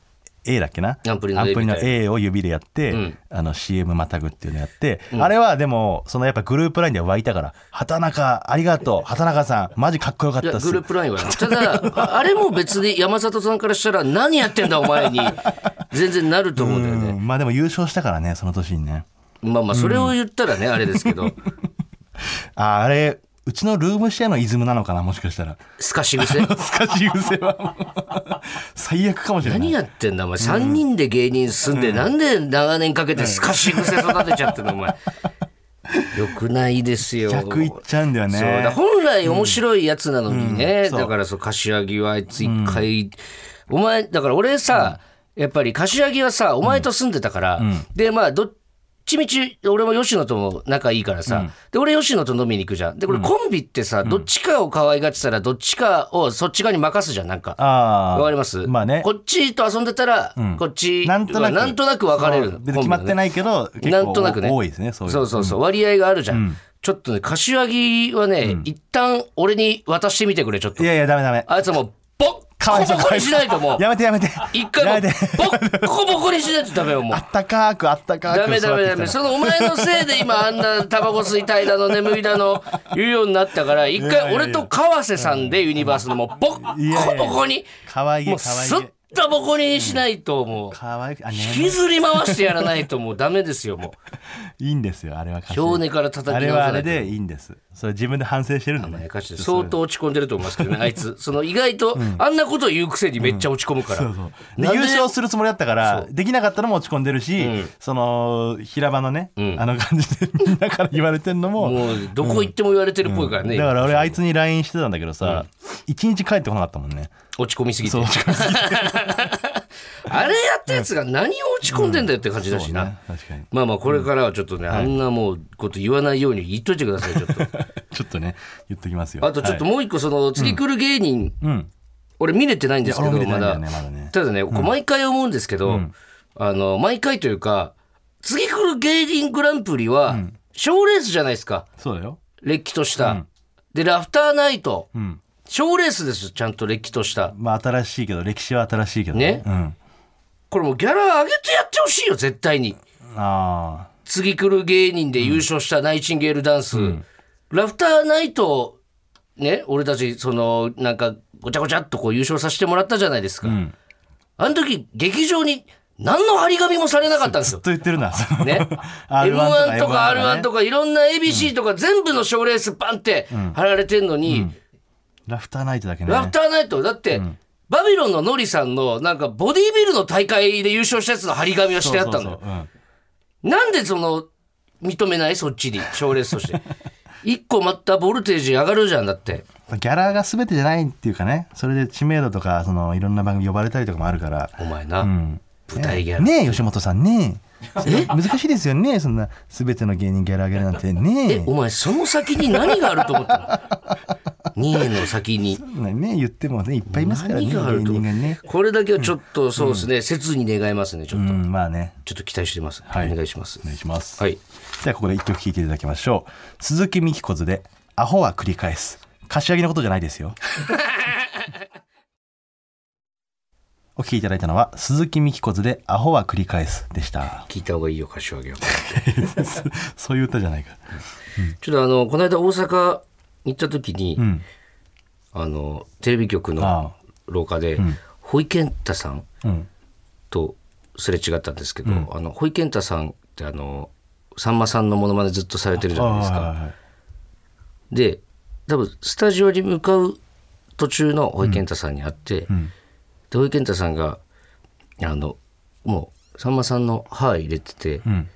[SPEAKER 3] A だっけな
[SPEAKER 2] アンプリの A
[SPEAKER 3] ア A を指でやって、
[SPEAKER 2] ん
[SPEAKER 3] あの CM またぐっていうのやって、あれはでもそのやっぱグループラインでは沸いたから「畑中ありが
[SPEAKER 2] (laughs)
[SPEAKER 3] とう畑中さんマジかっこよかっ
[SPEAKER 2] いや
[SPEAKER 3] たっす
[SPEAKER 2] グ」ループラインはねただああれも別に山里さんからしたら何やってんだお前に全然なると思うんだよね
[SPEAKER 3] うんまあでも優勝したからねその年にね
[SPEAKER 2] まあまあそれを言ったらねあれですけど
[SPEAKER 3] ああれうちのルームシェアのイズムなのかなもしかしたら (laughs)
[SPEAKER 2] すかし癖
[SPEAKER 3] 懐かしい癖は (laughs) 最悪かもしれない
[SPEAKER 2] 何やってんだお前3人で芸人住んで、なんで長年かけてすかし癖育てちゃってんのお前よくないですよ
[SPEAKER 3] 逆いっちゃうんだよね
[SPEAKER 2] そうだ本来面白いやつなのにね、
[SPEAKER 3] うんそう
[SPEAKER 2] だからそう柏木はあいつ一回、お前だから俺さ、やっぱり柏木はさお前と住んでたから、でまあどっちみち俺も吉野とも仲いいからさ、で俺吉野と飲みに行くじゃんでこれコンビってさ、どっちかを可愛がってたらどっちかをそっち側に任すじゃんなんか
[SPEAKER 3] ああ
[SPEAKER 2] わかります
[SPEAKER 3] まあね
[SPEAKER 2] こっちと遊んでたら、こっち
[SPEAKER 3] なんとなく
[SPEAKER 2] なんとなく分かれる
[SPEAKER 3] そう別に決まって
[SPEAKER 2] い
[SPEAKER 3] ないけど、結
[SPEAKER 2] な
[SPEAKER 3] 構
[SPEAKER 2] んとなくね
[SPEAKER 3] 多いですねそういう
[SPEAKER 2] そうそうそう、割合があるじゃん、ちょっとね柏木はね、一旦俺に渡してみてくれちょっと
[SPEAKER 3] いやいやダメダメ
[SPEAKER 2] あいつはもうボッ
[SPEAKER 3] かわいそう
[SPEAKER 2] コボコにしないともう
[SPEAKER 3] やめてやめて
[SPEAKER 2] 一回も
[SPEAKER 3] やめ
[SPEAKER 2] う
[SPEAKER 3] て
[SPEAKER 2] ボッコボコにしないとダメよも
[SPEAKER 3] あ
[SPEAKER 2] う
[SPEAKER 3] ったかーくあったかーく
[SPEAKER 2] ダメダメダメ
[SPEAKER 3] 育
[SPEAKER 2] そのお前のせいで今あんなタバコ吸いたいだの眠いだの言うようになったから一
[SPEAKER 3] いやいや
[SPEAKER 2] 回
[SPEAKER 3] いや
[SPEAKER 2] 俺と川瀬さんでユニバースのもうボッコボコに
[SPEAKER 3] かわい
[SPEAKER 2] も
[SPEAKER 3] いうかわい
[SPEAKER 2] すっ
[SPEAKER 3] い
[SPEAKER 2] たボコにしないともう
[SPEAKER 3] かわいいあね
[SPEAKER 2] 引きずり回してやらないともうダメですよも
[SPEAKER 3] いいんですよあれは歌
[SPEAKER 2] う
[SPEAKER 3] 詞
[SPEAKER 2] 表根から叩き
[SPEAKER 3] あ
[SPEAKER 2] 直
[SPEAKER 3] れ
[SPEAKER 2] さ
[SPEAKER 3] はあ
[SPEAKER 2] ない
[SPEAKER 3] れ
[SPEAKER 2] と
[SPEAKER 3] でいいんですそれ自分で反省してるんだね
[SPEAKER 2] 歌詞で相当落ち込んでると思います
[SPEAKER 3] (laughs)
[SPEAKER 2] けどねあいつその意外とあんなことを言うくせにめっちゃ落ち込むから、
[SPEAKER 3] そうそうで
[SPEAKER 2] なんで
[SPEAKER 3] 優勝するつもりだったからできなかったのも落ち込んでるし、その平場のね、あの感じでみんなから言われてるのも
[SPEAKER 2] もうどこ行っても言われてるっぽいからね、
[SPEAKER 3] だから俺あいつに LINE してたんだけどさ、一日帰ってこなかったもんね
[SPEAKER 2] 落ち込みすぎて
[SPEAKER 3] そう
[SPEAKER 2] あれやったやつが何を落ち込んでんだよって感じだしな、 (laughs)
[SPEAKER 3] ね確かに
[SPEAKER 2] まあまあこれからはちょっとね、あんなもうこと言わないように言っといてくださいちょっと
[SPEAKER 3] ちょっとね言っときますよ
[SPEAKER 2] あとちょっと
[SPEAKER 3] はい
[SPEAKER 2] もう一個その次来る芸人、
[SPEAKER 3] うん
[SPEAKER 2] 俺見れてないんですけど
[SPEAKER 3] いや俺も
[SPEAKER 2] ま
[SPEAKER 3] 見れてな
[SPEAKER 2] だ
[SPEAKER 3] いんだよねまだね
[SPEAKER 2] ただね、こう毎回思うんですけど、あの毎回というか次来る芸人グランプリは賞、レースじゃないですか
[SPEAKER 3] そうだよ
[SPEAKER 2] れっきとした、でラフターナイト
[SPEAKER 3] うん
[SPEAKER 2] 賞、レースですよちゃんとれっきとした
[SPEAKER 3] まあ新しいけど歴史は新しいけど
[SPEAKER 2] ね
[SPEAKER 3] うん
[SPEAKER 2] これもうギャラ上げてやってほしいよ絶対に
[SPEAKER 3] あ
[SPEAKER 2] 次来る芸人で優勝したナイチンゲールダンス、ラフターナイトね俺たちそのなんかごちゃごちゃっとこう優勝させてもらったじゃないですか、
[SPEAKER 3] ん
[SPEAKER 2] あの時劇場に何の張り紙もされなかったんです
[SPEAKER 3] あ
[SPEAKER 2] よ
[SPEAKER 3] と言ってるな
[SPEAKER 2] (laughs)
[SPEAKER 3] (laughs)
[SPEAKER 2] ね M1 とか R1 とかいろんな ABC とか全部の賞レースバンって貼られてんのに、
[SPEAKER 3] ラフターナイトだけね
[SPEAKER 2] ラフターナイトだって、バビロンのノリさんのなんかボディービルの大会で優勝したやつの張り紙をしてあったの
[SPEAKER 3] そうそうそううん (laughs)
[SPEAKER 2] なんでその認めないそっちに賞レースとして一個またボルテージ上がるじゃんだって
[SPEAKER 3] ギャラが全てじゃないっていうかねそれで知名度とかそのいろんな番組呼ばれたりとかもあるから、
[SPEAKER 2] お前な、
[SPEAKER 3] うん、
[SPEAKER 2] 舞台ギャラ
[SPEAKER 3] ねえ吉本さんねえ難しいですよねそんな全ての芸人ギャラギャラなんてね
[SPEAKER 2] お前その先に何があると
[SPEAKER 3] (laughs)
[SPEAKER 2] 思ったの ?2 円の先に。
[SPEAKER 3] えねえ言ってもねいっぱいいますからね
[SPEAKER 2] 何
[SPEAKER 3] 芸
[SPEAKER 2] があると
[SPEAKER 3] 人
[SPEAKER 2] 思
[SPEAKER 3] が
[SPEAKER 2] う、
[SPEAKER 3] ね
[SPEAKER 2] これだけはちょっとそうですね、切に願いますねちょ
[SPEAKER 3] う
[SPEAKER 2] っと、
[SPEAKER 3] んまあね
[SPEAKER 2] ちょっと期待してます、
[SPEAKER 3] はい
[SPEAKER 2] お願いします
[SPEAKER 3] お願いします、
[SPEAKER 2] はい
[SPEAKER 3] ではここで一曲聴いていただきましょう鈴木美希子ズで「アホは繰り返す」柏木のことじゃない
[SPEAKER 2] (laughs)
[SPEAKER 3] ですよお聴きいただいたのは鈴木美希子ズで「アホは繰り返す」で
[SPEAKER 2] (laughs)
[SPEAKER 3] した
[SPEAKER 2] 聞いた方がいいよ柏木は
[SPEAKER 3] そういう歌じゃないか
[SPEAKER 2] ちょっとあのこの間大阪行った時に、
[SPEAKER 3] うん
[SPEAKER 2] あのテレビ局の
[SPEAKER 3] あ
[SPEAKER 2] 廊下で、
[SPEAKER 3] ん
[SPEAKER 2] ホイケンタさん
[SPEAKER 3] うん
[SPEAKER 2] とすれ違ったんですけど、あのホイケンタさんってあのさんまさんのモノマネずっとされてるじゃないです
[SPEAKER 3] あ
[SPEAKER 2] か
[SPEAKER 3] はいはいはい
[SPEAKER 2] で多分スタジオに向かう途中のホイケンタさんに会って、
[SPEAKER 3] ん
[SPEAKER 2] でホイケンタさんがあのもうさんまさんの歯入れてて、
[SPEAKER 3] うん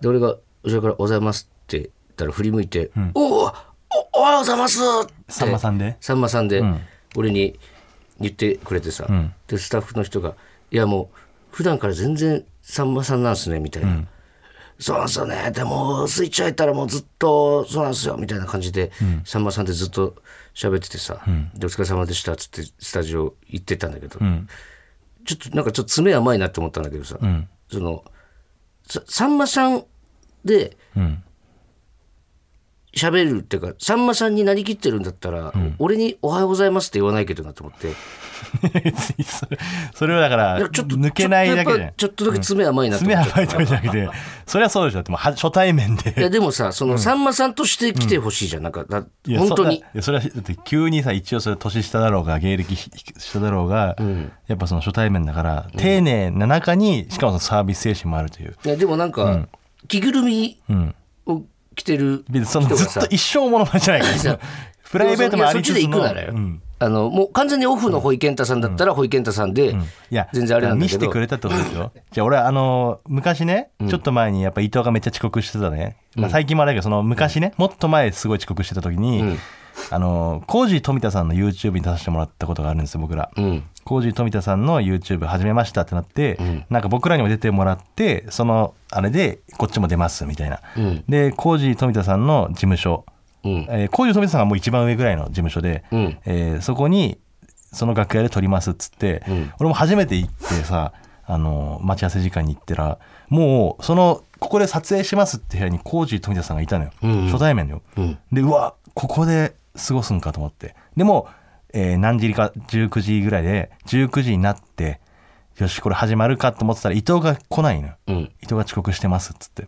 [SPEAKER 2] で俺が後ろから「おはようございます」って言ったら振り向いて「おおおおはようございます」って
[SPEAKER 3] さんまさんで
[SPEAKER 2] さんまさんで俺に言ってくれてさ、でスタッフの人が「いやもう普段から全然さんまさんなんすね」みたいな「そうなんすよねでもスイッチ入ったらもうずっとそうなんすよ」みたいな感じで、さんまさんでずっと喋っててさ「でお疲れ様でした」っつってスタジオ行ってったんだけど、ちょっとなんかちょっと爪甘いなって思ったんだけどさ、そのささんまさんで
[SPEAKER 3] ん
[SPEAKER 2] 喋るっていうかさんまさんになりきってるんだったら、俺に「おはようございます」って言わないけどなと思って
[SPEAKER 3] (laughs) 別にそれそれはだから
[SPEAKER 2] いやちょっと
[SPEAKER 3] 抜けないだけじゃん
[SPEAKER 2] ちょっとやっぱちょっとだけ爪甘いなと思
[SPEAKER 3] 爪
[SPEAKER 2] っ
[SPEAKER 3] は
[SPEAKER 2] て、
[SPEAKER 3] 甘いとかじゃなくてそれはそうでし (laughs) ょだってもうは初対面
[SPEAKER 2] い
[SPEAKER 3] で
[SPEAKER 2] やでもさその、さんまさんとして来てほしいじゃんなんかだ
[SPEAKER 3] いや
[SPEAKER 2] 本当に
[SPEAKER 3] そんないやそれはだって急にさ一応それ年下だろうが芸歴ひ下だろうが、やっぱその初対面だから丁寧な中にしかもそのサービス精神もあるという、
[SPEAKER 2] いやでもなんか、着ぐるみ
[SPEAKER 3] うん、
[SPEAKER 2] を着てる人
[SPEAKER 3] 別にその
[SPEAKER 2] が
[SPEAKER 3] ず
[SPEAKER 2] さ
[SPEAKER 3] っと一生ものまねじゃないか
[SPEAKER 2] さ
[SPEAKER 3] らプライベートもありつ
[SPEAKER 2] い
[SPEAKER 3] つ
[SPEAKER 2] やそっちで行
[SPEAKER 3] の
[SPEAKER 2] くならよ、
[SPEAKER 3] うん
[SPEAKER 2] あのもう完全にオフのホイケンタさんだったらホイケンタさんで、
[SPEAKER 3] いや
[SPEAKER 2] 全然あれなんだけど
[SPEAKER 3] 見せてくれたってことですよじゃあ俺あの昔ねちょっと前にやっぱ伊藤がめっちゃ遅刻してたね、まあ、最近もあれだけどその昔ねもっと前すごい遅刻してた時に、あのコージー富田さんの YouTube に出させてもらったことがあるんですよ僕ら。
[SPEAKER 2] うん
[SPEAKER 3] コージー富田さんの YouTube 始めましたってなって、なんか僕らにも出てもらってそのあれでこっちも出ますみたいな、
[SPEAKER 2] うん
[SPEAKER 3] でコージー富田さんの事務所、
[SPEAKER 2] うん
[SPEAKER 3] えー、コージー富田さんがもう一番上ぐらいの事務所で、
[SPEAKER 2] うん
[SPEAKER 3] えーそこにその楽屋で撮りますっつって、
[SPEAKER 2] ん
[SPEAKER 3] 俺も初めて行ってさあの待ち合わせ時間に行ったらもうそのここで撮影しますって部屋にコージー富田さんがいたのよ、
[SPEAKER 2] んうん
[SPEAKER 3] 初対面のよ、
[SPEAKER 2] うん
[SPEAKER 3] でうわここで過ごすんかと思ってでも、えー何時か19時ぐらいで19時になってよしこれ始まるかと思ってたら伊藤が来ないのよ、
[SPEAKER 2] うん
[SPEAKER 3] 伊藤が遅刻してますっつって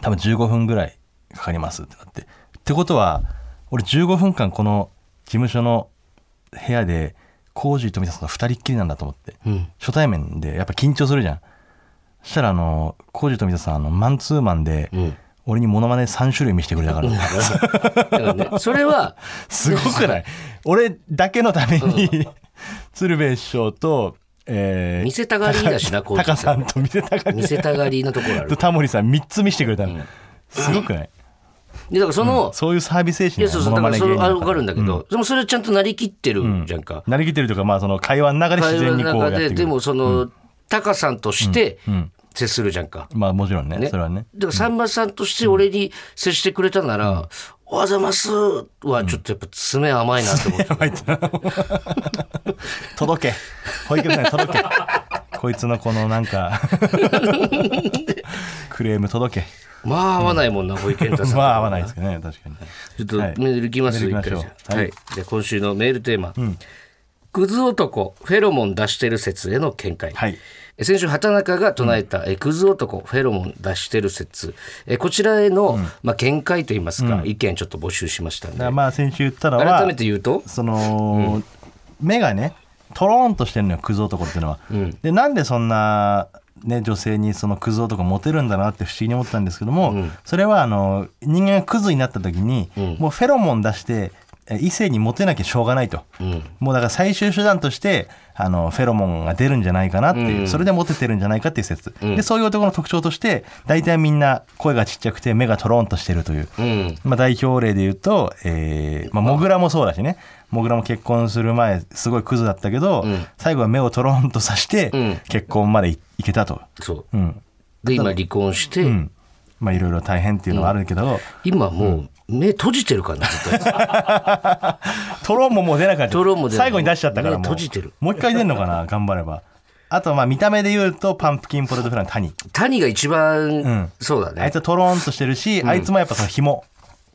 [SPEAKER 3] 多分15分ぐらいかかりますってなってってことは俺15分間この事務所の部屋でコージーと富田さんと2人っきりなんだと思って、
[SPEAKER 2] うん
[SPEAKER 3] 初対面でやっぱ緊張するじゃんそしたらあのコージーと富田さんあのマンツーマンで、
[SPEAKER 2] ん
[SPEAKER 3] 俺にモノマネ3種類見せてくれた
[SPEAKER 2] (laughs)
[SPEAKER 3] から、
[SPEAKER 2] だから
[SPEAKER 3] (laughs)
[SPEAKER 2] ねそれは
[SPEAKER 3] すごくない俺だけのために、鶴瓶師匠と、えー
[SPEAKER 2] 見せたがりだしな
[SPEAKER 3] 高
[SPEAKER 2] コージー
[SPEAKER 3] 高
[SPEAKER 2] さ
[SPEAKER 3] さ
[SPEAKER 2] ん
[SPEAKER 3] んと見せたがり
[SPEAKER 2] 見せたがりのところあ
[SPEAKER 3] (laughs)
[SPEAKER 2] る
[SPEAKER 3] とタモリさん3つ見せてくれたの、すごくない
[SPEAKER 2] でだからその、
[SPEAKER 3] そういうサービス精
[SPEAKER 2] い
[SPEAKER 3] 神
[SPEAKER 2] やそうそうだからそれは分かるんだけ
[SPEAKER 3] ど
[SPEAKER 2] ど、でもそれはちゃんとなりきってるじゃんか、
[SPEAKER 3] 成りきってるというか、まあ、その会話の中で自
[SPEAKER 2] 会
[SPEAKER 3] 然
[SPEAKER 2] 話
[SPEAKER 3] にこ
[SPEAKER 2] の
[SPEAKER 3] うや
[SPEAKER 2] 中
[SPEAKER 3] って
[SPEAKER 2] で
[SPEAKER 3] いく
[SPEAKER 2] でもその、タカさんとして
[SPEAKER 3] ん
[SPEAKER 2] 接するじゃんか、
[SPEAKER 3] まあもちろんね
[SPEAKER 2] ね
[SPEAKER 3] それはね (laughs)
[SPEAKER 2] だからさんまさんとして俺に接してくれたなら、おはようございますはちょっとやっぱ爪甘いなと思って、
[SPEAKER 3] やばいってな届け保育園届けこいつのこのなん
[SPEAKER 2] (laughs)
[SPEAKER 3] かクレーム届け
[SPEAKER 2] まあ合わないもんな、保育園太さ
[SPEAKER 3] (laughs)
[SPEAKER 2] ん。
[SPEAKER 3] まあ合わないですけどね確かに
[SPEAKER 2] ちょっと
[SPEAKER 3] はい
[SPEAKER 2] メールいきますよ、
[SPEAKER 3] メール行
[SPEAKER 2] 一
[SPEAKER 3] き
[SPEAKER 2] 回
[SPEAKER 3] ま
[SPEAKER 2] じ
[SPEAKER 3] しょう
[SPEAKER 2] ゃあ。は
[SPEAKER 3] はい
[SPEAKER 2] い。じゃあ今週のメールテーマ。クズ男、フェロモン出してる説への見解。
[SPEAKER 3] はい
[SPEAKER 2] え先週畑中が唱えた、えクズ男フェロモン出してる説えこちらへの、まあ、見解といいますか、意見ちょっと募集しましたん
[SPEAKER 3] だから
[SPEAKER 2] で
[SPEAKER 3] まあ先週言ったのは
[SPEAKER 2] 改めて言うと
[SPEAKER 3] その、目がねとろーんとしてるのよクズ男っていうのは、でなんでそんな、ね、女性にそのクズ男モテるんだなって不思議に思ったんですけども、それはあの人間がクズになった時に、もうフェロモン出してえ異性にモテなきゃしょうがないと、もうだから最終手段としてあのフェロモンが出るんじゃないかなっていう、それでモテてるんじゃないかっていう説、でそういう男の特徴として大体みんな声がちっちゃくて目がトロンとしてるという、
[SPEAKER 2] うん。
[SPEAKER 3] まあ、代表例で言うと、えーまあ、モグラもそうだしねモグラも結婚する前すごいクズだったけど、
[SPEAKER 2] ん
[SPEAKER 3] 最後は目をトロンとさして
[SPEAKER 2] うん
[SPEAKER 3] 結婚までいいけたと、
[SPEAKER 2] そ
[SPEAKER 3] う
[SPEAKER 2] う。
[SPEAKER 3] ん
[SPEAKER 2] で、今離婚して、
[SPEAKER 3] うんまあ、いろいろ大変っていうのはあるけど、
[SPEAKER 2] 今もう目閉じて
[SPEAKER 3] (laughs)
[SPEAKER 2] るからね、ずっと
[SPEAKER 3] トロンももう出なくなっちゃ
[SPEAKER 2] トロンも
[SPEAKER 3] っ
[SPEAKER 2] 出
[SPEAKER 3] た
[SPEAKER 2] ない
[SPEAKER 3] 最後に出しちゃったからもう
[SPEAKER 2] 目閉じてる
[SPEAKER 3] もう一回出んのか
[SPEAKER 2] (laughs)
[SPEAKER 3] な頑張ればあとまあ見た目で言うとパンプキンポテトフライの谷
[SPEAKER 2] 谷が一番、
[SPEAKER 3] ん
[SPEAKER 2] そうだね。
[SPEAKER 3] あいつはトロンとしてるし、あいつもやっぱその紐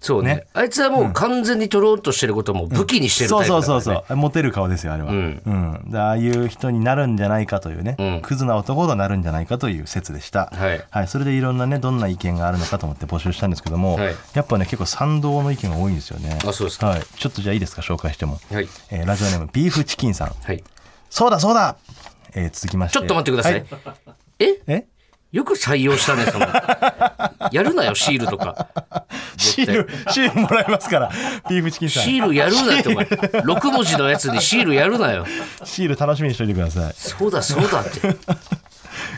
[SPEAKER 2] そうね
[SPEAKER 3] ね
[SPEAKER 2] あいつはもう完全にとろんとしてることも武器にしてるタ
[SPEAKER 3] そ
[SPEAKER 2] イ
[SPEAKER 3] う
[SPEAKER 2] プだか
[SPEAKER 3] そ
[SPEAKER 2] ら、
[SPEAKER 3] う
[SPEAKER 2] ね、
[SPEAKER 3] そうそうモテる顔ですよあれは、
[SPEAKER 2] ん
[SPEAKER 3] うんでああいう人になるんじゃないかというね、
[SPEAKER 2] うん
[SPEAKER 3] クズな男となるんじゃないかという説でした、
[SPEAKER 2] はい
[SPEAKER 3] それでいろんなねどんな意見があるのかと思って募集したんですけども、
[SPEAKER 2] はい
[SPEAKER 3] やっぱね結構賛同の意見が多いんですよね
[SPEAKER 2] あそうですか
[SPEAKER 3] はい、ちょっとじゃあいいですか紹介しても、
[SPEAKER 2] はい
[SPEAKER 3] えーラジオネームビーフチキンさん
[SPEAKER 2] はい
[SPEAKER 3] そうだそうだ、えー続きまして
[SPEAKER 2] ちょっと待ってください、
[SPEAKER 3] は
[SPEAKER 2] え
[SPEAKER 3] え
[SPEAKER 2] よく採用したねそのやるなよシールとか
[SPEAKER 3] シールシールもらいますからビーフチキンさん
[SPEAKER 2] シールやるなってお前6文字のやつにシールやるなよ
[SPEAKER 3] シール楽しみにしておいてください
[SPEAKER 2] そうだそうだって